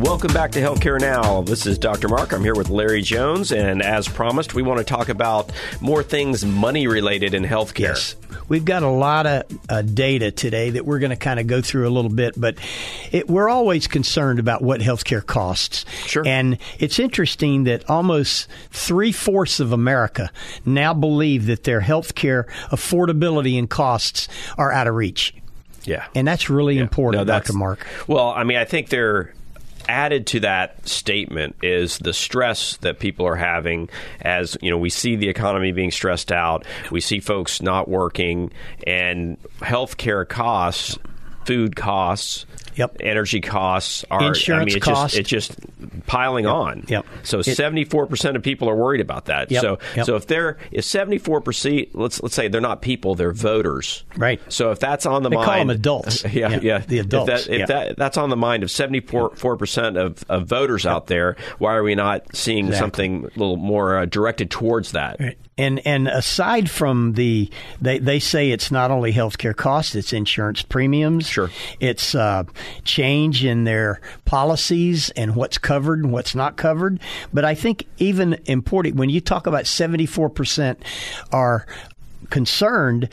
Speaker 2: Welcome back to Healthcare Now. This is Dr. Mark. I'm here with Larry Jones. And as promised, we want to talk about more things money related in healthcare. Yes.
Speaker 3: We've got a lot of uh, data today that we're going to kind of go through a little bit, but it, we're always concerned about what healthcare costs.
Speaker 2: Sure.
Speaker 3: And it's interesting that almost three fourths of America now believe that their healthcare affordability and costs are out of reach.
Speaker 2: Yeah.
Speaker 3: And that's really yeah. important, no, that's, Dr. Mark.
Speaker 2: Well, I mean, I think they're added to that statement is the stress that people are having as you know we see the economy being stressed out we see folks not working and healthcare costs food costs
Speaker 3: Yep.
Speaker 2: Energy costs are
Speaker 3: insurance
Speaker 2: I mean,
Speaker 3: costs.
Speaker 2: Just, it's just piling
Speaker 3: yep.
Speaker 2: on.
Speaker 3: Yep.
Speaker 2: So seventy four percent of people are worried about that.
Speaker 3: Yep.
Speaker 2: So
Speaker 3: yep.
Speaker 2: so if they're if seventy four percent let's let's say they're not people they're voters.
Speaker 3: Right.
Speaker 2: So if that's on the
Speaker 3: they
Speaker 2: mind,
Speaker 3: call them adults.
Speaker 2: Yeah, yeah. yeah.
Speaker 3: The adults.
Speaker 2: If, that, if
Speaker 3: yeah.
Speaker 2: that, that's on the mind of seventy four percent of of voters out there, why are we not seeing
Speaker 3: Exactly.
Speaker 2: something a little more uh, directed towards that?
Speaker 3: Right. And and aside from the, they, they say it's not only healthcare costs, it's insurance premiums.
Speaker 2: Sure.
Speaker 3: It's uh, change in their policies and what's covered and what's not covered. But I think even important when you talk about seventy four percent are concerned,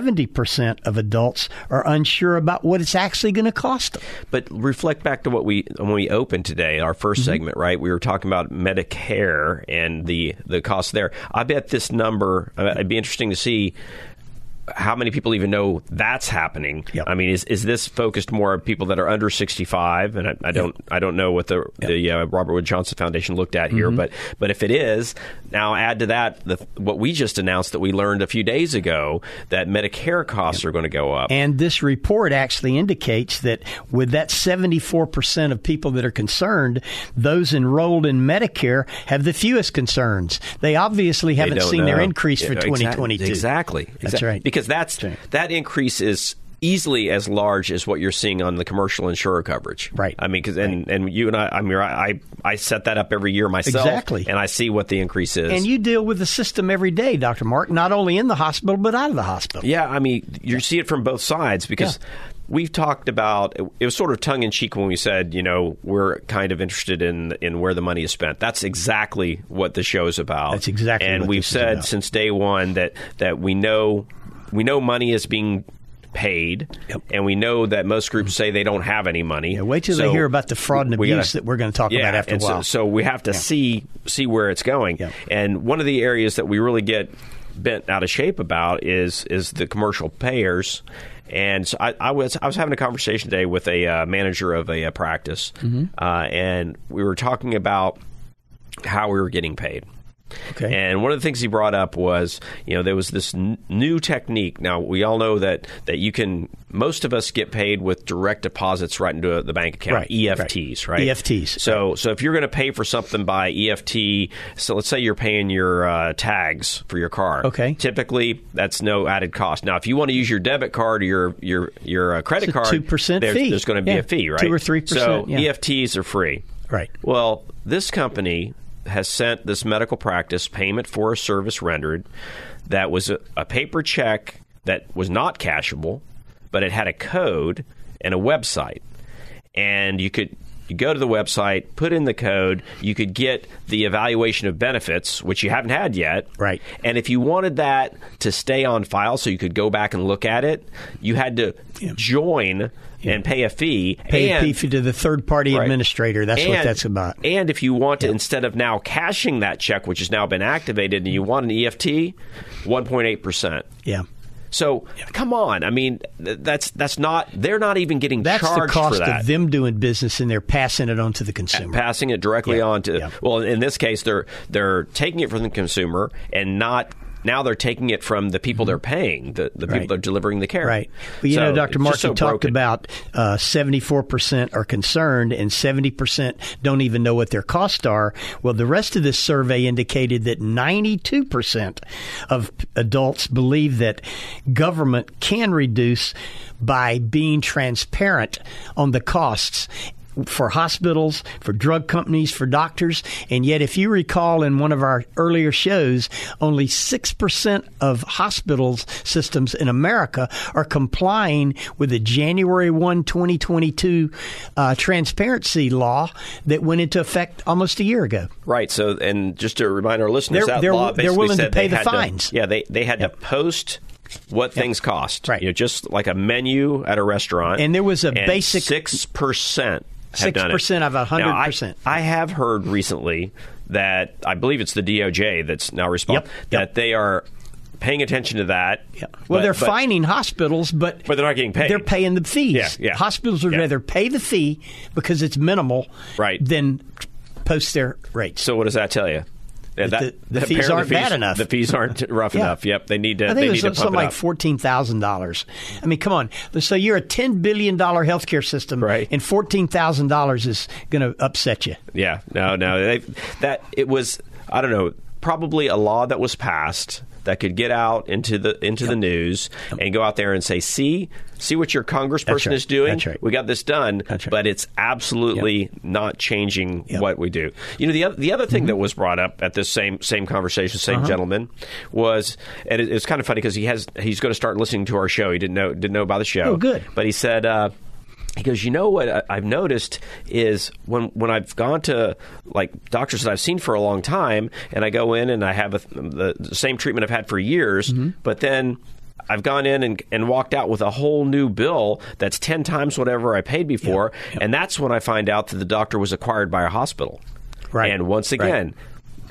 Speaker 3: 70% of adults are unsure about what it's actually going to cost them.
Speaker 2: But reflect back to what we when we opened today, our 1st segment, right? We were talking about Medicare and the the cost there. I bet this number. uh, It'd be interesting to see how many people even know that's happening.
Speaker 3: Yep.
Speaker 2: I mean, is is this focused more on people that are under sixty five? And I, I don't I don't know what the the uh, Robert Wood Johnson Foundation looked at here, but but if it is, now add to that the, what we just announced that we learned a few days ago that Medicare costs are going to go up.
Speaker 3: And this report actually indicates that with that 74% of people that are concerned, those enrolled in Medicare have the fewest concerns. They obviously
Speaker 2: They
Speaker 3: haven't
Speaker 2: don't
Speaker 3: seen their
Speaker 2: know.
Speaker 3: increase for
Speaker 2: Yeah, exact-
Speaker 3: 2022.
Speaker 2: Exactly.
Speaker 3: That's
Speaker 2: Exact-
Speaker 3: right.
Speaker 2: Because that's,
Speaker 3: That's right.
Speaker 2: that increase is easily as large as what you're seeing on the commercial insurer coverage.
Speaker 3: Right.
Speaker 2: I mean, 'cause- and and you and I, I mean, I I I set that up every year myself.
Speaker 3: Exactly.
Speaker 2: And I see what the increase is.
Speaker 3: And you deal with the system every day, Dr. Mark, not only in the hospital, but out of the hospital.
Speaker 2: Yeah, I mean, you see it from both sides because we've talked about it was sort of tongue in cheek when we said, you know, we're kind of interested in in where the money is spent. That's exactly what the show's about.
Speaker 3: That's exactly
Speaker 2: And
Speaker 3: what
Speaker 2: we've
Speaker 3: this is
Speaker 2: said
Speaker 3: about.
Speaker 2: since day one that that we know we know money is being paid
Speaker 3: Yep. Mm-hmm.
Speaker 2: and we know that most groups say they don't have any money
Speaker 3: Yeah, wait till they
Speaker 2: So
Speaker 3: hear about the fraud and
Speaker 2: we
Speaker 3: abuse
Speaker 2: gotta-
Speaker 3: that we're going to talk
Speaker 2: yeah,
Speaker 3: about after a
Speaker 2: and so-
Speaker 3: while.
Speaker 2: So, we have to see see where it's going.
Speaker 3: Yeah.
Speaker 2: And one of the areas that we really get bent out of shape about is is the commercial payers. And so I, I was I was having a conversation today with a uh, manager of a, uh practice, uh, and we were talking about how we were getting paid.
Speaker 3: Okay.
Speaker 2: And one of the things he brought up was, you know, there was this n- new technique. Now we all know that that you can. Most of us get paid with direct deposits right into the bank account,
Speaker 3: Right, E
Speaker 2: EFTs, right?
Speaker 3: right. EFTs.
Speaker 2: So, so if you're going to pay for something by EFT, so let's say you're paying your uh, tags for your car.
Speaker 3: Okay.
Speaker 2: Typically, that's no added cost. Now, if you want to use your debit card or your your your uh, credit
Speaker 3: It's a
Speaker 2: card,
Speaker 3: 2%
Speaker 2: there's,
Speaker 3: fee.
Speaker 2: There's going to be
Speaker 3: Yeah,
Speaker 2: a fee, right?
Speaker 3: 2 or 3%,
Speaker 2: So
Speaker 3: yeah.
Speaker 2: EFTs are free.
Speaker 3: Right.
Speaker 2: Well, this company has sent this medical practice payment for a service rendered that was a, a paper check that was not cashable, but it had a code and a website. And you could you go to the website, put in the code, you could get the evaluation of benefits, which you haven't had yet.
Speaker 3: Right.
Speaker 2: And if you wanted that to stay on file so you could go back and look at it, you had to join and pay a fee.
Speaker 3: Pay
Speaker 2: and,
Speaker 3: a fee to the third party
Speaker 2: Right.
Speaker 3: administrator. That's what
Speaker 2: And-
Speaker 3: that's about.
Speaker 2: And if you want to, instead of now cashing that check, which has now been activated, and you want an E EFT, 1.8%.
Speaker 3: yeah.
Speaker 2: So come on, I mean th- that's that's not they're not even getting
Speaker 3: That's the
Speaker 2: charged
Speaker 3: cost
Speaker 2: for that.
Speaker 3: of them doing business and they're passing it on to the consumer.
Speaker 2: Passing it directly
Speaker 3: Yeah,
Speaker 2: on to
Speaker 3: yeah.
Speaker 2: well, in this case they're they're taking it from the consumer and not now they're taking it from the people they're paying, the, the
Speaker 3: Mm-hmm. Right.
Speaker 2: people they're delivering the care.
Speaker 3: Right. Well, you
Speaker 2: So
Speaker 3: know, Dr.
Speaker 2: it's
Speaker 3: Mark,
Speaker 2: just
Speaker 3: you
Speaker 2: so
Speaker 3: talked
Speaker 2: broken.
Speaker 3: about uh, 74% are concerned and 70% don't even know what their costs are. Well, the rest of this survey indicated that 92% of p- adults believe that government can reduce by being transparent on the costs. For hospitals, for drug companies, for doctors. And yet, if you recall in one of our earlier shows, only 6% of hospitals systems in America are complying with the January 1, 2022 uh, transparency law that went into effect almost a year ago.
Speaker 2: Right. So, and just to remind our listeners,
Speaker 3: They're-
Speaker 2: that
Speaker 3: they're-
Speaker 2: law
Speaker 3: they're
Speaker 2: basically
Speaker 3: willing to
Speaker 2: said
Speaker 3: pay
Speaker 2: they
Speaker 3: the
Speaker 2: had
Speaker 3: fines.
Speaker 2: To, yeah, they they had to post what things cost.
Speaker 3: Right.
Speaker 2: You know, just like a menu at a restaurant.
Speaker 3: And there was a basic-
Speaker 2: six percent. Have done it.
Speaker 3: 6% of 100%.
Speaker 2: Now, I, I have heard recently that I believe it's the DOJ that's now responsible
Speaker 3: Yep, yep.
Speaker 2: that they are paying attention to that.
Speaker 3: Well,
Speaker 2: But-
Speaker 3: they're
Speaker 2: but-
Speaker 3: fining hospitals, but
Speaker 2: But they're not getting paid.
Speaker 3: They're paying the fees.
Speaker 2: Yeah, yeah.
Speaker 3: Hospitals would
Speaker 2: Yeah.
Speaker 3: rather pay the fee because it's minimal,
Speaker 2: Right.
Speaker 3: than post their rates.
Speaker 2: So what does that tell you? That,
Speaker 3: the- the fees
Speaker 2: apparently
Speaker 3: aren't
Speaker 2: the
Speaker 3: bad enough.
Speaker 2: The fees aren't rough
Speaker 3: Yeah.
Speaker 2: enough. Yep, they need to.
Speaker 3: I
Speaker 2: they
Speaker 3: think
Speaker 2: need
Speaker 3: it
Speaker 2: to
Speaker 3: was
Speaker 2: pump
Speaker 3: something
Speaker 2: it
Speaker 3: like
Speaker 2: up.
Speaker 3: fourteen thousand dollars. I mean, come on. So you're a ten billion dollar healthcare system,
Speaker 2: Right.
Speaker 3: And fourteen thousand dollars is going to upset you.
Speaker 2: Yeah, no, no. They, that it was. I don't know. Probably a law that was passed that could get out into the into the news and go out there and say, "See, see what your congressperson
Speaker 3: right.
Speaker 2: is doing.
Speaker 3: That's right.
Speaker 2: We got this done."
Speaker 3: That's right.
Speaker 2: But it's absolutely not changing
Speaker 3: Yep. Mm-hmm.
Speaker 2: what we do. You know, the other, the other thing that was brought up at this same same conversation, same
Speaker 3: Uh-huh.
Speaker 2: gentleman, was and it, it's kind of funny because he has he's going to start listening to our show. He didn't know didn't know about the show.
Speaker 3: Oh, good.
Speaker 2: But he said. Uh, he goes, you know what I- I've noticed is when when I've gone to like doctors that I've seen for a long time, and I go in and I have a, the, the same treatment I've had for years,
Speaker 3: Mm-hmm.
Speaker 2: but then I've gone in and, and walked out with a whole new bill that's ten times whatever I paid before, and that's when I find out that the doctor was acquired by a hospital.
Speaker 3: Right.
Speaker 2: And once
Speaker 3: Right.
Speaker 2: again.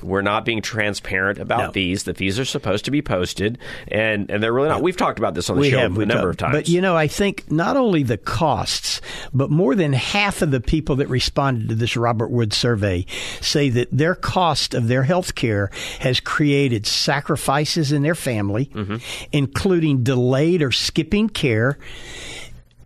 Speaker 2: We're not being transparent about
Speaker 3: No.
Speaker 2: these. The fees are supposed to be posted, and, and they're really not. We've talked about this on the show a
Speaker 3: we've
Speaker 2: number of
Speaker 3: talked.
Speaker 2: times.
Speaker 3: But you know, I think not only the costs, but more than half of the people that responded to this Robert Wood survey say that their cost of their health care has created sacrifices in their family,
Speaker 2: Mm-hmm.
Speaker 3: including delayed or skipping care.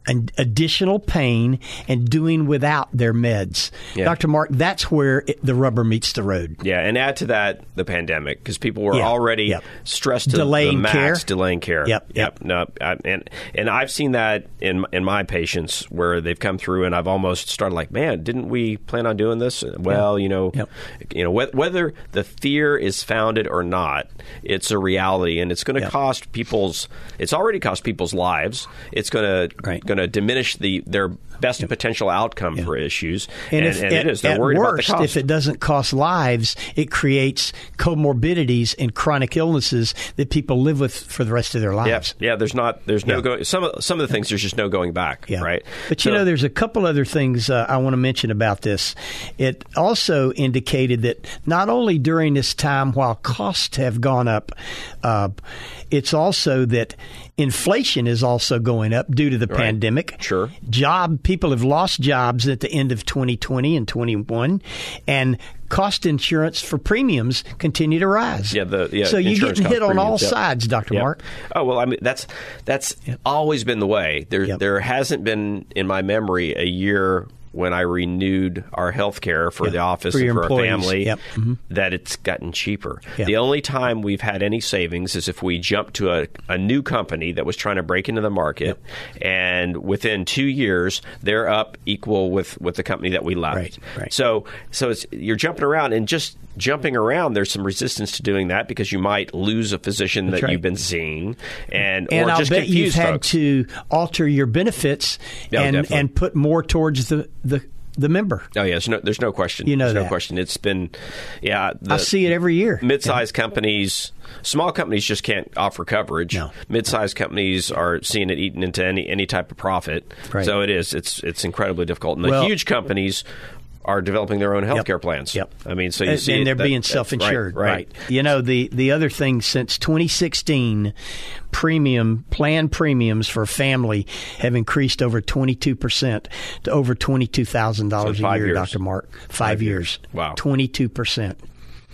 Speaker 3: And additional pain and doing without their meds.
Speaker 2: Yeah.
Speaker 3: Dr. Mark, that's where it, the rubber meets the road.
Speaker 2: Yeah, and add to that the pandemic because people were
Speaker 3: Yeah,
Speaker 2: already
Speaker 3: yep.
Speaker 2: stressed to
Speaker 3: Delaying
Speaker 2: the max,
Speaker 3: care.
Speaker 2: delaying care.
Speaker 3: Yep, yep.
Speaker 2: No, I, and and I've seen that in in my patients where they've come through and I've almost started like, man, didn't we plan on doing this? Well, you know,
Speaker 3: Yep.
Speaker 2: you know wh- whether the fear is founded or not, it's a reality, and it's going to
Speaker 3: Yep.
Speaker 2: cost people's. It's already cost people's lives. It's going
Speaker 3: Right.
Speaker 2: to going to diminish the their best potential outcome for issues, and, and
Speaker 3: at-
Speaker 2: it is. They're
Speaker 3: at
Speaker 2: worried
Speaker 3: worst,
Speaker 2: about the cost.
Speaker 3: if it doesn't cost lives, it creates comorbidities and chronic illnesses that people live with for the rest of their
Speaker 2: Yeah,
Speaker 3: lives.
Speaker 2: yeah. There's not. There's no
Speaker 3: Yeah.
Speaker 2: go. Some of some of the things there's just no going back. Right.
Speaker 3: But you
Speaker 2: So-
Speaker 3: know, there's a couple other things uh, I want to mention about this. It also indicated that not only during this time, while costs have gone up, uh, it's also that Inflation is also going up due to the
Speaker 2: Right.
Speaker 3: pandemic.
Speaker 2: Sure.
Speaker 3: Job people have lost jobs at the end of 2020 and 21, and cost insurance for premiums continue to rise.
Speaker 2: Yeah, the yeah,
Speaker 3: so you're
Speaker 2: insurance
Speaker 3: getting
Speaker 2: cost
Speaker 3: hit on all
Speaker 2: premiums, yep.
Speaker 3: sides, Doctor
Speaker 2: Yep.
Speaker 3: Mark.
Speaker 2: Oh well, I mean that's that's always been the way. There
Speaker 3: Yep.
Speaker 2: there hasn't been in my memory a year when I renewed our health care for the office
Speaker 3: for
Speaker 2: and
Speaker 3: your
Speaker 2: for our
Speaker 3: employees.
Speaker 2: family
Speaker 3: Yep. Mm-hmm.
Speaker 2: that it's gotten cheaper.
Speaker 3: Yeah.
Speaker 2: The only time we've had any savings is if we jumped to a, a new company that was trying to break into the market and within two years they're up equal with, with the company that we left.
Speaker 3: Right, right.
Speaker 2: So so it's, you're jumping around and just jumping around. There's some resistance to doing that because you might lose a physician that
Speaker 3: right.
Speaker 2: you've been seeing, and,
Speaker 3: and
Speaker 2: or
Speaker 3: I'll
Speaker 2: just
Speaker 3: bet
Speaker 2: confuse
Speaker 3: you've had
Speaker 2: folks.
Speaker 3: to alter your benefits
Speaker 2: Yeah, oh,
Speaker 3: and
Speaker 2: definitely.
Speaker 3: and put more towards the the, the member.
Speaker 2: Oh yeah, there's no, there's no question.
Speaker 3: You know
Speaker 2: there's no
Speaker 3: that.
Speaker 2: question. It's been, yeah. The
Speaker 3: I see it every year.
Speaker 2: Mid-sized companies, small companies just can't offer coverage.
Speaker 3: No.
Speaker 2: Mid-sized companies are seeing it eaten into any any type of profit.
Speaker 3: Right.
Speaker 2: So it is. It's it's incredibly difficult. And the
Speaker 3: Well-
Speaker 2: huge companies are developing their own healthcare
Speaker 3: Yep.
Speaker 2: plans.
Speaker 3: Yep.
Speaker 2: I mean, so you
Speaker 3: and,
Speaker 2: see,
Speaker 3: and
Speaker 2: it,
Speaker 3: they're
Speaker 2: that-
Speaker 4: being
Speaker 3: being
Speaker 2: that-
Speaker 3: self-insured,
Speaker 2: right? right.
Speaker 3: You know the the other thing since 2016, premium plan premiums for family have increased over 22 percent to over twenty two thousand dollars
Speaker 2: So
Speaker 3: a
Speaker 2: five
Speaker 3: year,
Speaker 2: years.
Speaker 3: Doctor Mark. Five, years.
Speaker 2: Wow.
Speaker 3: twenty two percent.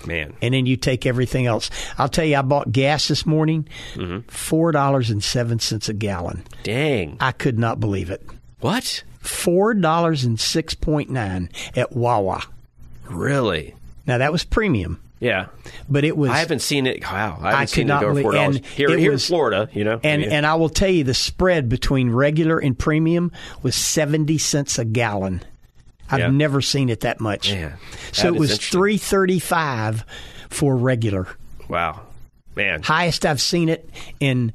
Speaker 2: Man,
Speaker 3: And then you take everything else. I'll tell you, I bought gas this morning,
Speaker 2: Mm-hmm.
Speaker 3: four dollars and seven cents a gallon.
Speaker 2: dang,
Speaker 3: I could not believe it.
Speaker 2: what?
Speaker 3: Four dollars and six point nine at Wawa.
Speaker 2: Really?
Speaker 3: Now that was premium,
Speaker 2: Yeah.
Speaker 3: but it was.
Speaker 2: I haven't seen it. Wow, I haven't
Speaker 3: I could
Speaker 2: seen
Speaker 3: not
Speaker 2: it go
Speaker 3: believe,
Speaker 2: four dollars
Speaker 3: and
Speaker 2: here,
Speaker 3: it
Speaker 2: here
Speaker 3: was-
Speaker 2: in Florida. You know,
Speaker 3: And
Speaker 2: Yeah.
Speaker 3: and I will tell you the spread between regular and premium was seventy cents a gallon. I've
Speaker 2: Yeah.
Speaker 3: never seen it that much.
Speaker 2: Man,
Speaker 3: so
Speaker 2: that
Speaker 3: it
Speaker 2: is
Speaker 3: was
Speaker 2: interesting.
Speaker 3: three thirty five for regular.
Speaker 2: Wow, man.
Speaker 3: Highest I've seen it in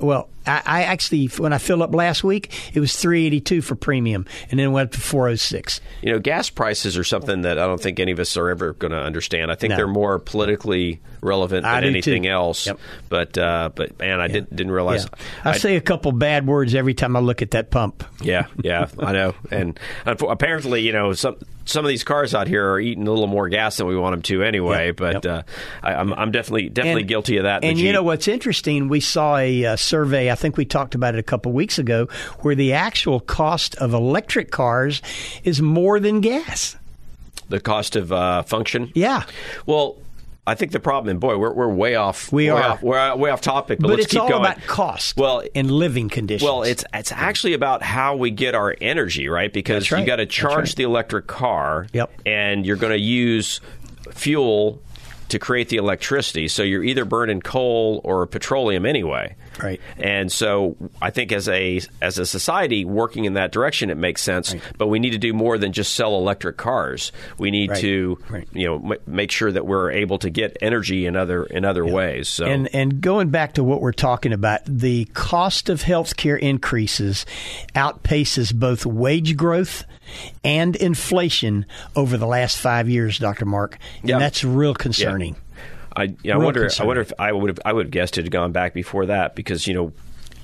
Speaker 3: well, I, I actually when I filled up last week, it was three eighty two for premium and then it went up to four oh six.
Speaker 2: You know, gas prices are something that I don't think any of us are ever going to understand. I think
Speaker 3: No.
Speaker 2: they're more politically relevant
Speaker 3: I
Speaker 2: than
Speaker 3: do,
Speaker 2: anything
Speaker 3: too.
Speaker 2: else.
Speaker 3: Yep.
Speaker 2: But uh, but man, I didn't didn't realize.
Speaker 3: I,
Speaker 2: I-
Speaker 3: say a couple bad words every time I look at that pump.
Speaker 2: yeah, yeah, I know. And unfo- apparently, you know, some some of these cars out here are eating a little more gas than we want them to anyway.
Speaker 3: Yep,
Speaker 2: But
Speaker 3: yep.
Speaker 2: Uh, I, I'm I'm definitely definitely
Speaker 3: And-
Speaker 2: guilty of that. in
Speaker 3: And
Speaker 2: the
Speaker 3: you
Speaker 2: Jeep.
Speaker 3: know what's interesting? We saw a uh, survey. I think we talked about it a couple weeks ago, where the actual cost of electric cars is more than gas.
Speaker 2: the cost of uh, function.
Speaker 3: Yeah.
Speaker 2: Well. I think the problem, and boy, we're, we're way off.
Speaker 3: We
Speaker 2: way
Speaker 3: are.
Speaker 2: off, we're way off topic. But,
Speaker 3: But
Speaker 2: let's
Speaker 3: it's
Speaker 2: keep
Speaker 3: all
Speaker 2: going.
Speaker 3: about cost
Speaker 2: Well,
Speaker 3: and living conditions.
Speaker 2: Well, it's it's actually about how we get our energy, right? Because
Speaker 3: That's right.
Speaker 2: you got to
Speaker 3: That's
Speaker 2: charge
Speaker 3: right.
Speaker 2: the electric car,
Speaker 3: Yep.
Speaker 2: and you're going to use fuel to create the electricity. So you're either burning coal or petroleum anyway.
Speaker 3: Right.
Speaker 2: And so I think as a as a society working in that direction, it makes sense. But we need to do more than just sell electric cars. We need
Speaker 3: Right.
Speaker 2: to
Speaker 3: Right.
Speaker 2: you know m- make sure that we're able to get energy in other in other ways. So
Speaker 3: And and going back to what we're talking about, the cost of health care increases outpaces both wage growth and inflation over the last five years, Dr. Mark. And
Speaker 2: Yeah.
Speaker 3: that's real concerning.
Speaker 2: I, yeah, I
Speaker 3: Real
Speaker 2: wonder.
Speaker 3: concern.
Speaker 2: I wonder if I would have. I would have guessed it had gone back before that because you know,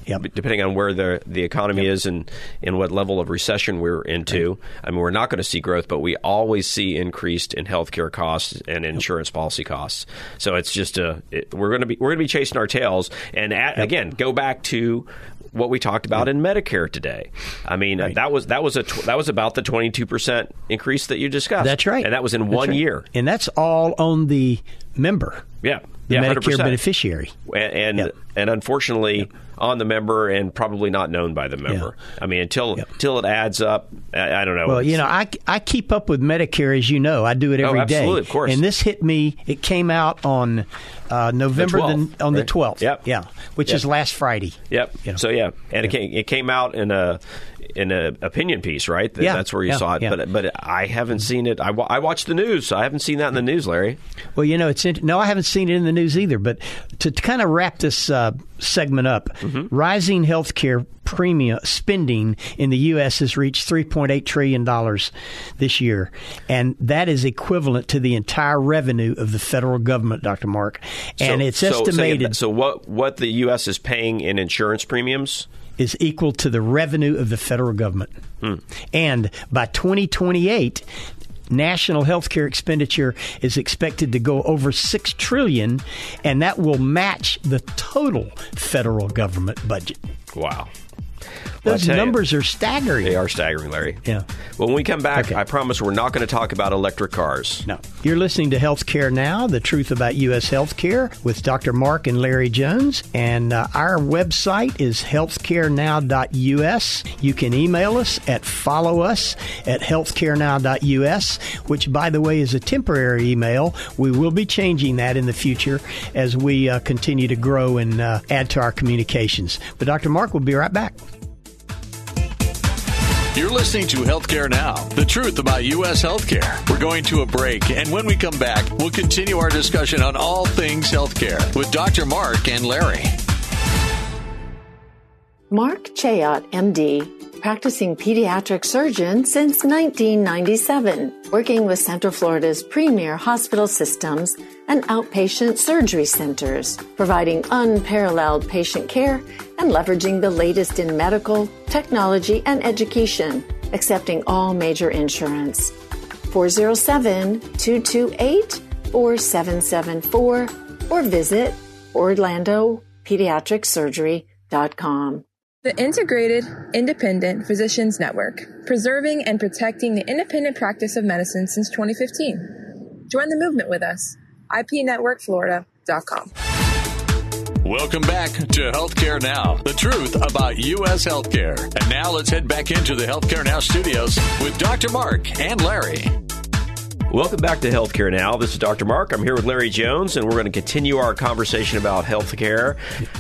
Speaker 3: Yep.
Speaker 2: depending on where the the economy is and and what level of recession we're into. I mean, we're not going to see growth, but we always see increased in healthcare costs and insurance policy costs. So it's just a it, we're going to be we're going to be chasing our tails. And at, again, go back to. What we talked about in Medicare today, I mean that was that was a tw- that was about the twenty two percent increase that you discussed.
Speaker 3: That's right.
Speaker 2: and that was in
Speaker 3: That's
Speaker 2: one
Speaker 3: right.
Speaker 2: year.
Speaker 3: And that's all on the member.
Speaker 2: Yeah,
Speaker 3: The
Speaker 2: yeah,
Speaker 3: Medicare
Speaker 2: 100%.
Speaker 3: beneficiary.
Speaker 2: and and,
Speaker 3: Yep.
Speaker 2: and unfortunately on the member and probably not known by the member. I mean, until
Speaker 3: Yep.
Speaker 2: until it adds up, I, I don't know.
Speaker 3: Well, you
Speaker 2: It's-
Speaker 3: know, I, I keep up with Medicare as you know. I do it every
Speaker 2: Oh,
Speaker 3: day.
Speaker 2: absolutely, of course.
Speaker 3: And this hit me. It came out on uh, November the
Speaker 2: 12th,
Speaker 3: on the
Speaker 2: right?
Speaker 3: twelfth.
Speaker 2: Yep.
Speaker 3: Yeah, which
Speaker 2: Yep.
Speaker 3: is last Friday.
Speaker 2: Yep.
Speaker 3: You know.
Speaker 2: So yeah, and It, came, it came out in a in a opinion piece, right? That-
Speaker 3: Yeah.
Speaker 2: That's where you
Speaker 3: Yeah.
Speaker 2: saw it.
Speaker 3: Yeah.
Speaker 2: But but I haven't seen it. I, wa- I watched the news. So I haven't seen that in the news, Larry.
Speaker 3: Well, you know, it's in, no, I haven't seen it in the news either. But to, kind of wrap this uh, segment up,
Speaker 2: Mm-hmm.
Speaker 3: rising healthcare premium spending in the U.S. has reached 3.8 trillion dollars this year, and that is equivalent to the entire revenue of the federal government, Dr. Mark. And
Speaker 2: So-
Speaker 3: it's
Speaker 2: so- so-
Speaker 3: estimated
Speaker 2: So, what what the U.S. is paying in insurance premiums?
Speaker 3: is equal
Speaker 2: Hmm.
Speaker 3: to the revenue of the federal government, and by 2028. national healthcare expenditure is expected to go over 6 trillion and that will match the total federal government budget.
Speaker 2: Wow. Well, I
Speaker 3: Those
Speaker 2: tell you,
Speaker 3: numbers are staggering.
Speaker 2: They are staggering, Larry.
Speaker 3: Yeah.
Speaker 2: Well, when we come back,
Speaker 3: Okay.
Speaker 2: I promise we're not going to talk about electric cars.
Speaker 3: No. You're listening to Healthcare Now, the truth about U.S. healthcare with Dr. Mark and Larry Jones. And uh, our website is healthcarenow.us. You can email us at follow us at healthcarenow.us, which, by the way, is a temporary email. We will be changing that in the future as we uh, continue to grow and uh, add to our communications. But Dr. Mark will be right back.
Speaker 4: You're listening to Healthcare Now, the truth about U.S. healthcare. We're going to a break, and when we come back, we'll continue our discussion on all things healthcare with Dr. Mark and Larry.
Speaker 6: Mark Chayot, MD, practicing pediatric surgeon since 1997, working with Central Florida's premier hospital systems and outpatient surgery centers, providing unparalleled patient care and leveraging the latest in medical, technology, and education, accepting all major insurance. 407 228 4774 or visit OrlandoPediatricSurgery.com.
Speaker 5: The Integrated Independent Physicians Network, preserving and protecting the independent practice of medicine since 2015. Join the movement with us. IPNetworkFlorida.com.
Speaker 4: Welcome back to Healthcare Now, the truth about U.S. healthcare. And now let's head back into the Healthcare Now studios with Dr. Mark and Larry.
Speaker 2: Welcome back to Healthcare Now. This is Dr. Mark. I'm here with Larry Jones, and we're going to continue our conversation about healthcare.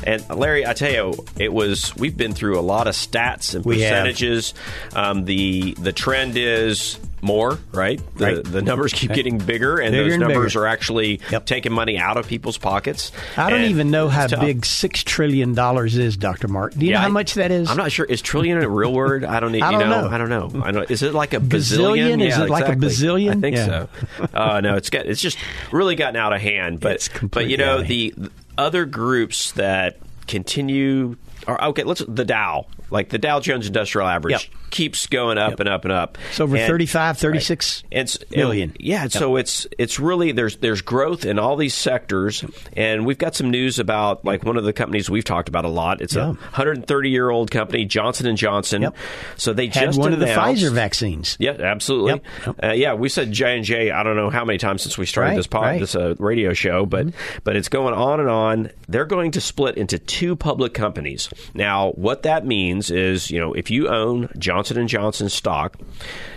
Speaker 2: And Larry, I tell you, it was we've been through a lot of stats and
Speaker 3: We have.
Speaker 2: percentages. Um, the the trend is more right. The
Speaker 3: Right.
Speaker 2: the numbers keep getting bigger, and
Speaker 3: Bigger
Speaker 2: those
Speaker 3: and
Speaker 2: numbers
Speaker 3: bigger.
Speaker 2: are actually
Speaker 3: Yep.
Speaker 2: taking money out of people's pockets.
Speaker 3: I don't
Speaker 2: And
Speaker 3: even know
Speaker 2: it's
Speaker 3: how
Speaker 2: tough.
Speaker 3: big $6 trillion is, Dr. Mark. Do you
Speaker 2: Yeah,
Speaker 3: know how
Speaker 2: I-
Speaker 3: much that is?
Speaker 2: I'm not sure. Is trillion a real word? I don't, e-
Speaker 3: I
Speaker 2: you
Speaker 3: don't
Speaker 2: know,
Speaker 3: know.
Speaker 2: I don't know. I don't. Is it like a bazillion?
Speaker 3: Gazillion? Is
Speaker 2: Yeah,
Speaker 3: it like a
Speaker 2: exactly.
Speaker 3: bazillion?
Speaker 2: I think
Speaker 3: Yeah.
Speaker 2: so. Uh, no, it's got. It's just really gotten out of hand. But
Speaker 3: It's
Speaker 2: but you
Speaker 3: completely out
Speaker 2: know
Speaker 3: of
Speaker 2: the, the other groups that continue. Or, okay, let's the Dow, like the Dow Jones Industrial Average,
Speaker 3: Yep.
Speaker 2: keeps going up and up and up.
Speaker 3: It's over
Speaker 2: And-
Speaker 3: 35, 36
Speaker 2: it's
Speaker 3: million.
Speaker 2: and- yeah, so it's it's really there's there's growth in all these sectors, and we've got some news about like one of the companies we've talked about a lot. It's
Speaker 3: Yeah.
Speaker 2: a 130 year old company, Johnson and Johnson.
Speaker 3: Yep.
Speaker 2: So they
Speaker 3: had
Speaker 2: just
Speaker 3: one of the
Speaker 2: announced-
Speaker 3: Pfizer vaccines.
Speaker 2: Yeah, absolutely.
Speaker 3: Yep. Yep.
Speaker 2: Uh, yeah, we said J and J. I don't know how many times since we started
Speaker 3: Right,
Speaker 2: this pod,
Speaker 3: right. Mm-hmm.
Speaker 2: this uh, radio show, but but it's going on and on. They're going to split into two public companies. Now, what that means is, you know, if you own Johnson and Johnson stock,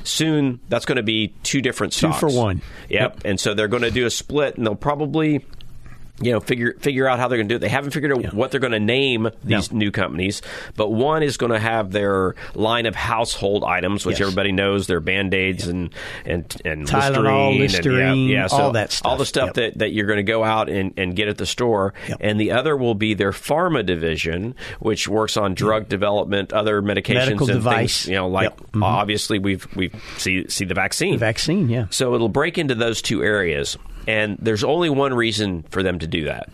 Speaker 2: soon that's going to be two different stocks.
Speaker 3: for one.
Speaker 2: Yep. And so they're going to do a split, and they'll probably. You know, figure figure out how they're going to do it. They haven't figured out what they're going to name these new companies, but one is going to have their line of household items, which
Speaker 3: Yes.
Speaker 2: everybody everybody knows their band-aids and and and
Speaker 3: Tylenol,
Speaker 2: Listerine, and,
Speaker 3: Listerine,
Speaker 2: yeah, yeah, so
Speaker 3: all that stuff.
Speaker 2: all the stuff
Speaker 3: Yep.
Speaker 2: that, that you're going to go out and, and get at the store
Speaker 3: Yep.
Speaker 2: and the other will be their pharma division which works on drug development other medications
Speaker 3: Medical
Speaker 2: and
Speaker 3: device.
Speaker 2: things you know like
Speaker 3: Yep. Mhm.
Speaker 2: obviously we've we see see the vaccine
Speaker 3: Vaccine, yeah.
Speaker 2: so it'll break into those two areas and there's only one reason for them to do that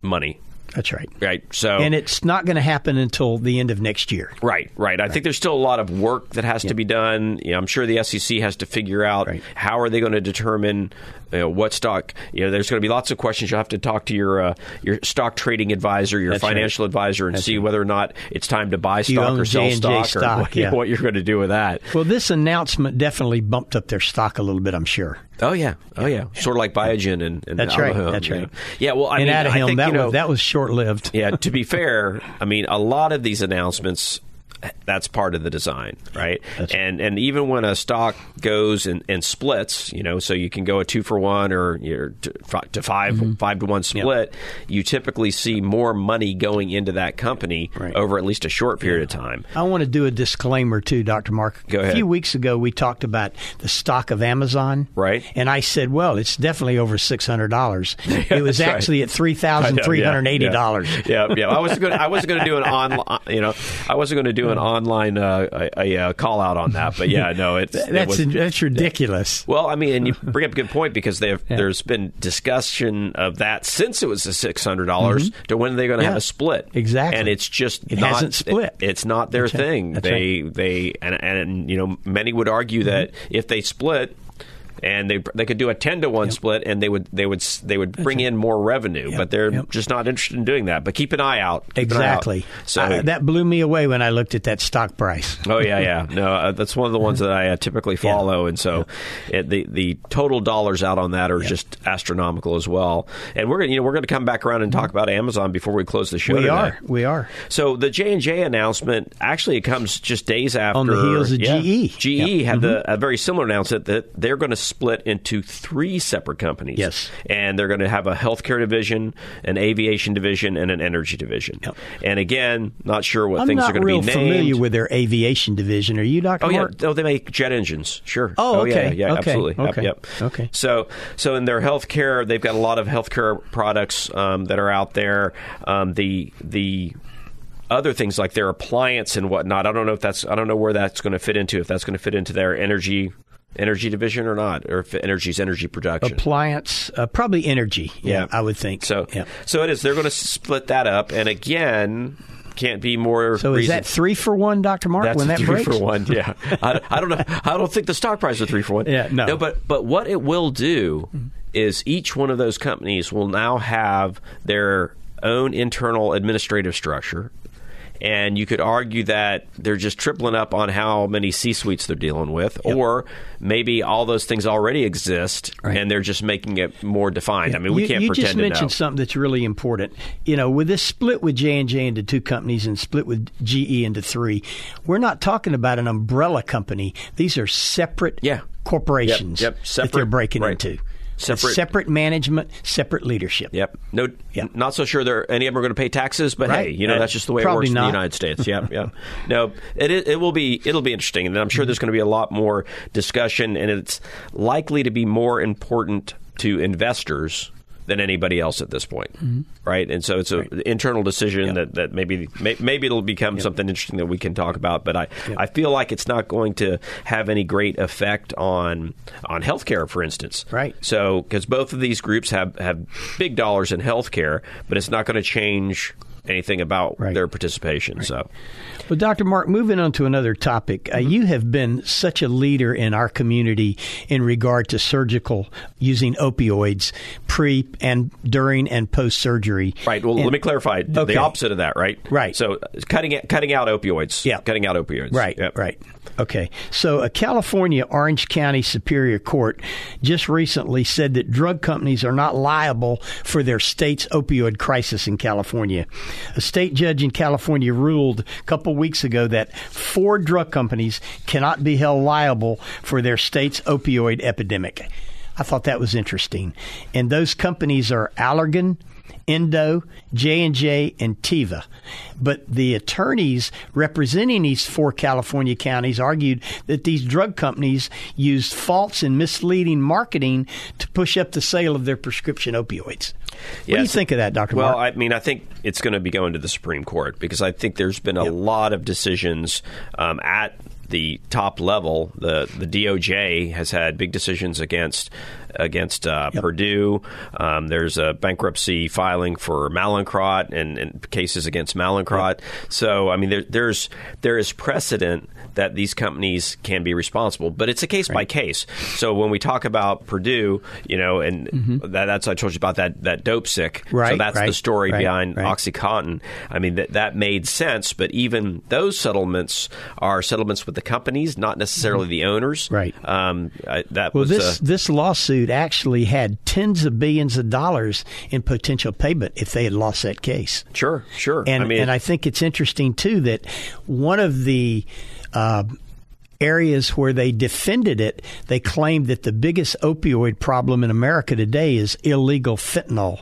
Speaker 2: money
Speaker 3: That's right.
Speaker 2: right so
Speaker 3: And it's not going to happen until the end of next year.
Speaker 2: Right, right. I think there's still a lot of work that has to be done. You know, I'm sure the SEC has to figure out
Speaker 3: Right.
Speaker 2: how are they going to determine you know, what stock. You know, there's going to be lots of questions. You'll have to talk to your uh, your stock trading advisor, your
Speaker 3: That's right.
Speaker 2: financial advisor, and see whether or not it's time to buy
Speaker 3: you
Speaker 2: stock
Speaker 3: own
Speaker 2: or sell
Speaker 3: J&J
Speaker 2: stock, or
Speaker 3: stock?
Speaker 2: what, you-
Speaker 3: Yeah.
Speaker 2: what you're going to do with that.
Speaker 3: Well, this announcement definitely bumped up their stock a little bit, I'm sure.
Speaker 2: Oh yeah, oh yeah. Sort of like Biogen and, and
Speaker 3: That's right,
Speaker 2: Allohem,
Speaker 3: that's
Speaker 2: you know.
Speaker 3: right.
Speaker 2: Yeah, well, I
Speaker 3: and
Speaker 2: mean,
Speaker 3: out of
Speaker 2: I
Speaker 3: him,
Speaker 2: think,
Speaker 3: that,
Speaker 2: you know,
Speaker 3: was, that was short lived.
Speaker 2: yeah, to be fair, I mean, a lot of these announcements, that's part of the design, right?
Speaker 3: That's right.
Speaker 2: and and even when a stock goes and, and splits, you know, so you can go a two for one or you're to, fi- to 5
Speaker 3: Mm-hmm.
Speaker 2: five to one split, you typically see more money going into that company
Speaker 3: Right.
Speaker 2: over at least a short period of time.
Speaker 3: I want to do a disclaimer too, Dr. Mark.
Speaker 2: Go ahead.
Speaker 3: A few weeks ago, we talked about the stock of Amazon.
Speaker 2: Right.
Speaker 3: And I said, well, it's definitely over $600. it was
Speaker 2: that's right.
Speaker 3: actually at $3,380.
Speaker 2: Yeah, yeah. yeah. I wasn't going. I wasn't going to do an online. You know, I wasn't going to do an online uh, a, a, uh call out on that. But yeah, no, it's it
Speaker 3: That's,
Speaker 2: was-
Speaker 3: that's ridiculous.
Speaker 2: Well, I mean, and you bring up a good point because they've, there's been discussion of that since it was the six hundred dollars to when they're going to have
Speaker 3: Mm-hmm. Yeah.
Speaker 2: a split
Speaker 3: Exactly.
Speaker 2: and it's just
Speaker 3: It
Speaker 2: not,
Speaker 3: hasn't split.
Speaker 2: it- it's not their
Speaker 3: That's right. Mm-hmm.
Speaker 2: thing.
Speaker 3: That's
Speaker 2: they they and, and you know many would argue that if they split. and they they could do a ten to one split, and they would they would they would bring in more revenue, but they're
Speaker 3: Yep.
Speaker 2: just not interested in doing that. But keep an eye out. Keep an eye out.
Speaker 3: Exactly.
Speaker 2: So
Speaker 3: I- that blew me away when I looked at that stock price.
Speaker 2: Oh yeah, yeah. No, uh, that's one of the ones that I uh, typically follow, and so it, the the total dollars out on that are just astronomical as well. And we're gonna you know we're gonna come back around and talk about Amazon before we close the show.
Speaker 3: we
Speaker 2: today.
Speaker 3: are. We are.
Speaker 2: So the J and J announcement actually it comes just days after
Speaker 3: On the heels of E.
Speaker 2: yeah,
Speaker 3: GE.
Speaker 2: GE had
Speaker 3: Mm-hmm.
Speaker 2: the, a very similar announcement that they're going to split into three separate companies.
Speaker 3: Yes.
Speaker 2: and they're going to have a healthcare division, an aviation division, and an energy division. And again, not sure what
Speaker 3: I'm
Speaker 2: things
Speaker 3: not
Speaker 2: are going
Speaker 3: real
Speaker 2: to be named.
Speaker 3: familiar with their aviation division. Are you, Doctor
Speaker 2: Oh yeah,
Speaker 3: Mark?
Speaker 2: oh they make jet engines. Sure.
Speaker 3: Oh, okay.
Speaker 2: yeah, yeah,
Speaker 3: Okay.
Speaker 2: absolutely. Yep,
Speaker 3: Okay.
Speaker 2: Yep,
Speaker 3: Okay.
Speaker 2: So, so in their healthcare, they've got a lot of healthcare products um, that are out there. Um, the the other things like their appliance and whatnot. I don't know if that's I don't know where that's going to fit into. If that's going to fit into their energy energy division or not, or if energy's energy production.
Speaker 3: Appliance, uh, probably energy. Yeah, I would think
Speaker 2: So,
Speaker 3: Yeah.
Speaker 2: so it is. They're going to split that up, and again, can't be more.
Speaker 3: So is
Speaker 2: reason-
Speaker 3: that three for one, Doctor Mark?
Speaker 2: that's
Speaker 3: when that
Speaker 2: three
Speaker 3: breaks?
Speaker 2: for one. Yeah, I, I don't know. I don't think the stock price is three for one.
Speaker 3: Yeah, no. Mm-hmm.
Speaker 2: But but what it will do is each one of those companies will now have their own internal administrative structure. And you could argue that they're just tripling up on how many C suites they're dealing with, or maybe all those things already exist and they're just making it more defined. I mean, we
Speaker 3: you,
Speaker 2: can't
Speaker 3: you
Speaker 2: pretend
Speaker 3: just
Speaker 2: to
Speaker 3: mentioned
Speaker 2: know.
Speaker 3: something that's really important. You know, with this split with J and J into two companies and split with GE into three, we're not talking about an umbrella company. These are separate
Speaker 2: Yeah.
Speaker 3: corporations
Speaker 2: Yep, yep.
Speaker 3: that they're
Speaker 2: Separate-
Speaker 3: breaking
Speaker 2: right.
Speaker 3: into.
Speaker 2: Separate-
Speaker 3: separate management, separate leadership.
Speaker 2: Yep. No.
Speaker 3: Yep.
Speaker 2: Not so sure there any of them are going to pay taxes, but
Speaker 3: Right.
Speaker 2: hey, you know
Speaker 3: Uh,
Speaker 2: that's just the way it
Speaker 3: probably
Speaker 2: works in
Speaker 3: not.
Speaker 2: the United States. Yep. yep. No, it i- it will be it'll be interesting, and I'm sure there's going to be a lot more discussion, and it's likely to be more important to investors than anybody else at this point,
Speaker 3: Mm-hmm.
Speaker 2: right? And so it's an internal decision that, that maybe may, maybe it'll become something interesting that we can talk about. But I, I feel like it's not going to have any great effect on on healthcare, for instance.
Speaker 3: Right.
Speaker 2: So, because both of these groups have, have big dollars in healthcare, but it's not going to change anything about
Speaker 3: Right.
Speaker 2: their participation. So,
Speaker 3: Well, Dr. Mark, moving on to another topic,
Speaker 2: Mm-hmm.
Speaker 3: uh, you have been such a leader in our community in regard to surgical using opioids pre and during and post surgery.
Speaker 2: right. Well, let me clarify
Speaker 3: Okay.
Speaker 2: the opposite of that, right?
Speaker 3: Right.
Speaker 2: So, uh, cutting it- cutting out opioids.
Speaker 3: Yeah.
Speaker 2: Cutting out opioids.
Speaker 3: Right,
Speaker 2: Yep.
Speaker 3: right. Okay. So, a California Orange County Superior Court just recently said that drug companies are not liable for their state's opioid crisis in California. A state judge in California ruled a couple weeks ago that four drug companies cannot be held liable for their state's opioid epidemic. I thought that was interesting. And those companies are Allergan, Endo, J&J, and Teva. But the attorneys representing these four California counties argued that these drug companies used false and misleading marketing to push up the sale of their prescription opioids. What do you
Speaker 2: Yes.
Speaker 3: think of that, Dr.
Speaker 2: Well,
Speaker 3: Mark?
Speaker 2: I mean, I think it's going to be going to the Supreme Court because I think there's been a lot of decisions um, at the top level. The the DOJ has had big decisions against against uh, Purdue. Um, there's a bankruptcy filing for Malincrot and, and cases against Malincrot. So, I mean, there, there's there is precedent that these companies can be responsible, but it's a case by case. So when we talk about Purdue, you know, and that, that's I told you about that that dope sick so
Speaker 3: Right,
Speaker 2: that's the
Speaker 3: right,
Speaker 2: story
Speaker 3: right,
Speaker 2: behind
Speaker 3: right.
Speaker 2: OxyContin. I mean, that that made sense, but even those settlements are settlements with the companies, not necessarily the owners.
Speaker 3: Mm-hmm. Right.
Speaker 2: Um, I, that
Speaker 3: Well,
Speaker 2: was
Speaker 3: this
Speaker 2: uh,
Speaker 3: this lawsuit actually had tens of billions of dollars in potential payment if they had lost that case.
Speaker 2: sure, sure.
Speaker 3: And
Speaker 2: I mean,
Speaker 3: and I think it's interesting too that one of the uh, areas where they defended it, they claimed that the biggest opioid problem in America today is illegal fentanyl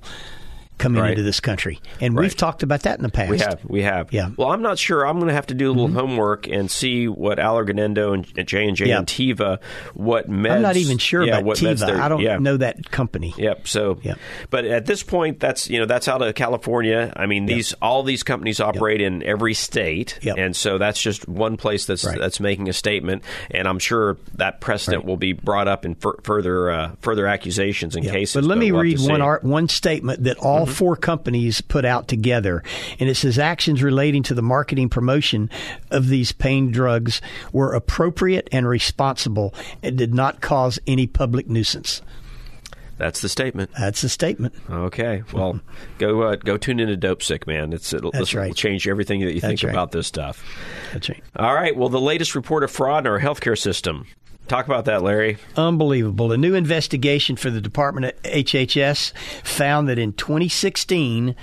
Speaker 3: coming
Speaker 2: Right.
Speaker 3: into this country, and we've
Speaker 2: Right.
Speaker 3: talked about that in the past.
Speaker 2: we have, we have.
Speaker 3: Yeah. Mm-hmm.
Speaker 2: Well, I'm not sure. I'm going to have to do a little homework and see what Allerganendo and J and J
Speaker 3: Yeah.
Speaker 2: and Tiva, what meds.
Speaker 3: I'm not even sure
Speaker 2: yeah,
Speaker 3: about
Speaker 2: what meds
Speaker 3: Teva.
Speaker 2: they're-
Speaker 3: I don't
Speaker 2: yeah.
Speaker 3: know that company.
Speaker 2: Yep. So,
Speaker 3: Yep.
Speaker 2: but at this point, that's you know that's out of California. I mean, these all these companies operate in every state,
Speaker 3: Yep.
Speaker 2: and so that's just one place that's
Speaker 3: Right.
Speaker 2: that's making a statement. And I'm sure that precedent will be brought up in fur- further uh, further accusations and
Speaker 3: Yeah.
Speaker 2: cases.
Speaker 3: But let me
Speaker 2: we'll have
Speaker 3: read
Speaker 2: to see. Mm-hmm.
Speaker 3: one art, one statement that all all four companies put out together. And it says actions relating to the marketing promotion of these pain drugs were appropriate and responsible and did not cause any public nuisance.
Speaker 2: That's the statement.
Speaker 3: That's the statement.
Speaker 2: Okay. Well, go uh, go tune into Dope Sick, man. It's it'll,
Speaker 3: That's
Speaker 2: this will
Speaker 3: right.
Speaker 2: change everything that you
Speaker 3: That's
Speaker 2: think
Speaker 3: right.
Speaker 2: about this stuff.
Speaker 3: That's right.
Speaker 2: All right. Well, the latest report of fraud in our healthcare system. Talk about that, Larry.
Speaker 3: Unbelievable. A new investigation for the Department of HHS found that in 2016,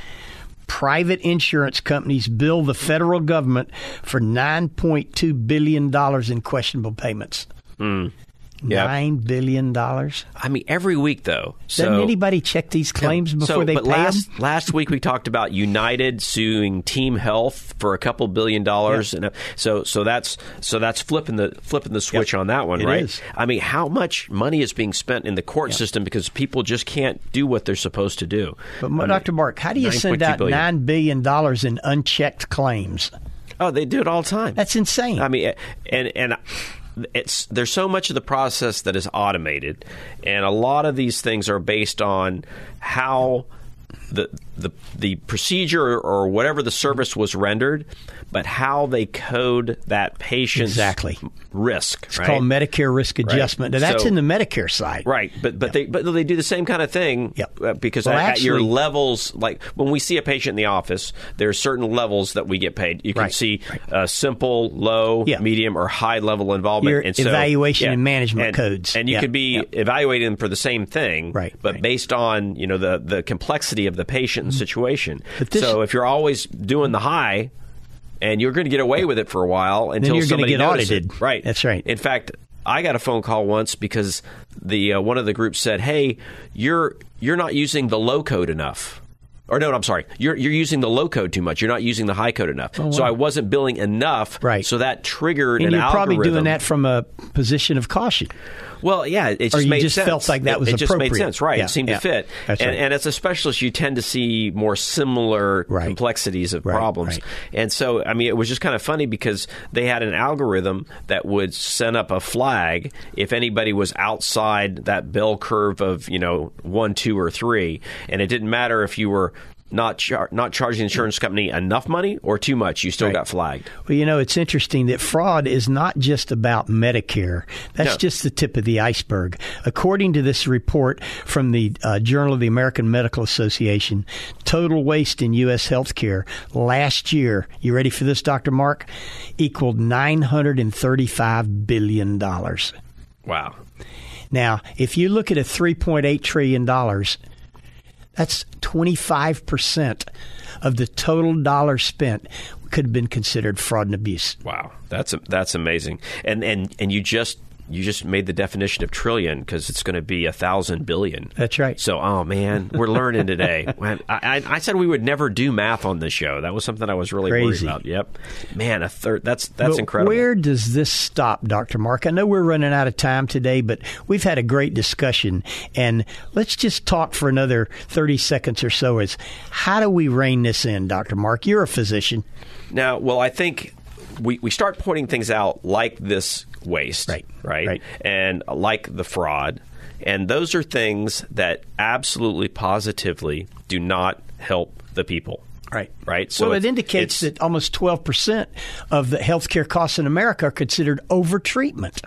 Speaker 3: private insurance companies billed the federal government for $9.2 billion in questionable payments.
Speaker 2: Hmm. Yeah.
Speaker 3: $9 billion? Doesn't
Speaker 2: I mean, every week though. So,
Speaker 3: anybody check these claims before
Speaker 2: so,
Speaker 3: they
Speaker 2: but
Speaker 3: pay
Speaker 2: last
Speaker 3: 'em?
Speaker 2: last week we talked about United suing Team Health for a couple billion dollars, and uh, so so that's so that's flipping the flipping the switch on that one,
Speaker 3: It
Speaker 2: right?
Speaker 3: is.
Speaker 2: I mean, how much money is being spent in the court system because people just can't do what they're supposed to do?
Speaker 3: But, Dr. Mark, how do you send
Speaker 2: 9.2
Speaker 3: out
Speaker 2: billion.
Speaker 3: $9 billion in unchecked claims?
Speaker 2: Oh, they do it all the time.
Speaker 3: That's insane.
Speaker 2: I mean, and and it's there's so much of the process that is automated, and a lot of these things are based on how the the the procedure or whatever the service was rendered, but how they code that patient's
Speaker 3: Exactly.
Speaker 2: risk.
Speaker 3: it's
Speaker 2: right?
Speaker 3: called Medicare risk adjustment. Now, that's
Speaker 2: So-
Speaker 3: in the Medicare side.
Speaker 2: Right, but but they but they do the same kind of thing.
Speaker 3: Yep.
Speaker 2: uh, Because
Speaker 3: Well,
Speaker 2: at, at your
Speaker 3: actually-
Speaker 2: levels, like when we see a patient in the office, there are certain levels that we get paid. You can
Speaker 3: Right,
Speaker 2: see Uh, simple, low,
Speaker 3: Yeah.
Speaker 2: medium, or high level involvement.
Speaker 3: Your
Speaker 2: and so,
Speaker 3: evaluation and management
Speaker 2: And-
Speaker 3: codes.
Speaker 2: and you
Speaker 3: Yeah,
Speaker 2: could be
Speaker 3: yeah.
Speaker 2: evaluating them for the same thing,
Speaker 3: Right,
Speaker 2: But
Speaker 3: right. Mm-hmm.
Speaker 2: based on you know the the complexity of the patient and situation.
Speaker 3: But this-
Speaker 2: so if you're always doing the high. And you're going to get away with it for a while until
Speaker 3: you're gonna
Speaker 2: somebody
Speaker 3: get
Speaker 2: notices it.
Speaker 3: audited.
Speaker 2: right?
Speaker 3: That's right.
Speaker 2: In fact, I got a phone call once because the uh, one of the groups said, "Hey, you're you're not using the low code enough." Or no, I'm sorry. You're you're using the low code too much. You're not using the high code enough. So I wasn't billing enough.
Speaker 3: Oh, Right.
Speaker 2: So that triggered
Speaker 3: And
Speaker 2: an
Speaker 3: you're probably doing
Speaker 2: algorithm.
Speaker 3: that from a position of caution.
Speaker 2: Well, yeah, it just
Speaker 3: you
Speaker 2: made
Speaker 3: just
Speaker 2: sense.
Speaker 3: felt like that
Speaker 2: It-
Speaker 3: was
Speaker 2: it, just made
Speaker 3: appropriate.
Speaker 2: sense, right?
Speaker 3: Yeah,
Speaker 2: it seemed
Speaker 3: yeah.
Speaker 2: to fit.
Speaker 3: That's
Speaker 2: and,
Speaker 3: right.
Speaker 2: and as a specialist, you tend to see more similar
Speaker 3: Right.
Speaker 2: complexities of
Speaker 3: Right,
Speaker 2: problems.
Speaker 3: right.
Speaker 2: And so, I mean, it was just kind of funny because they had an algorithm that would send up a flag if anybody was outside that bell curve of you know one, two, or three, and it didn't matter if you were. Not char- not charging the insurance company enough money or too much, you still got flagged.
Speaker 3: Well, you know, it's interesting that fraud is not just about Medicare. That's
Speaker 2: No.
Speaker 3: just the tip of the iceberg. According to this report from the uh, Journal of the American Medical Association, total waste in U.S. healthcare last year, you ready for this, Dr. Mark? Equaled $935 billion.
Speaker 2: Wow,
Speaker 3: Now, if you look at a $3.8 trillion, that's 25% of the total dollars spent could have been considered fraud and abuse.
Speaker 2: Wow, that's that's amazing. And and and you just you just made the definition of trillion because it's going to be a thousand billion.
Speaker 3: That's right.
Speaker 2: So, oh man, we're learning today. Man, I, I, I said we would never do math on this show. That was something I was really
Speaker 3: Crazy.
Speaker 2: worried about. Yep. Man, a third. That's that's
Speaker 3: But
Speaker 2: incredible.
Speaker 3: Where does this stop, Dr. Mark? I know we're running out of time today, but we've had a great discussion. And let's just talk for another 30 seconds or so is how do we rein this in, Dr. Mark? You're a physician.
Speaker 2: Now, well, I think we, we start pointing things out like this waste,
Speaker 3: Right,
Speaker 2: Right.
Speaker 3: right.
Speaker 2: And like the fraud. And those are things that absolutely positively do not help the people.
Speaker 3: Right.
Speaker 2: Right.
Speaker 3: well, it
Speaker 2: it's-
Speaker 3: indicates
Speaker 2: it's-
Speaker 3: that almost 12% of the healthcare costs in America are considered overtreatment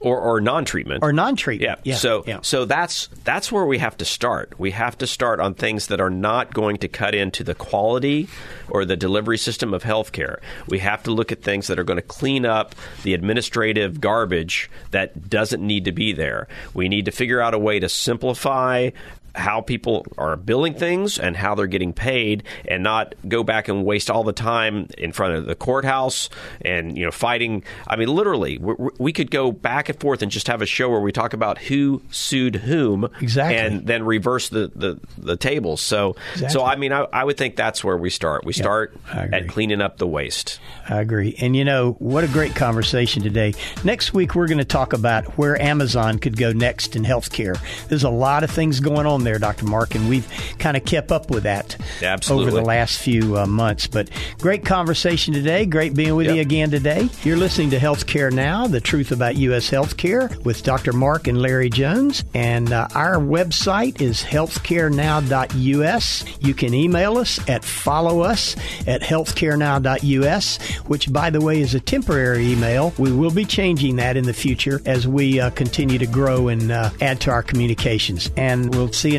Speaker 2: or, or non-treatment
Speaker 3: or non treatment.
Speaker 2: yeah. So so that's that's where we have to start. We have to start on things that are not going to cut into the quality or the delivery system of healthcare. We have to look at things that are going to clean up the administrative garbage that doesn't need to be there. We need to figure out a way to simplify how people are billing things and how they're getting paid and not go back and waste all the time in front of the courthouse and you know fighting i mean literally we, we could go back and forth and just have a show where we talk about who sued whom
Speaker 3: Exactly.
Speaker 2: and then reverse the the, the tables so
Speaker 3: Exactly.
Speaker 2: so i mean I, I would think that's where we start we start
Speaker 3: I agree.
Speaker 2: at cleaning up the waste
Speaker 3: I agree. And you know, what a great conversation today. Next week, we're going to talk about where Amazon could go next in healthcare. There's a lot of things going on there, Dr. Mark, and we've kind of kept up with that
Speaker 2: Absolutely.
Speaker 3: over the last few uh, months. But great conversation today. Great being with
Speaker 2: Yep.
Speaker 3: you again today. You're listening to Healthcare Now, the truth about U.S. healthcare with Dr. Mark and Larry Jones. And uh, our website is healthcarenow.us. You can email us at follow us at healthcarenow.us, which, by the way, is a temporary email. We will be changing that in the future as we uh, continue to grow and uh, add to our communications. And we'll see you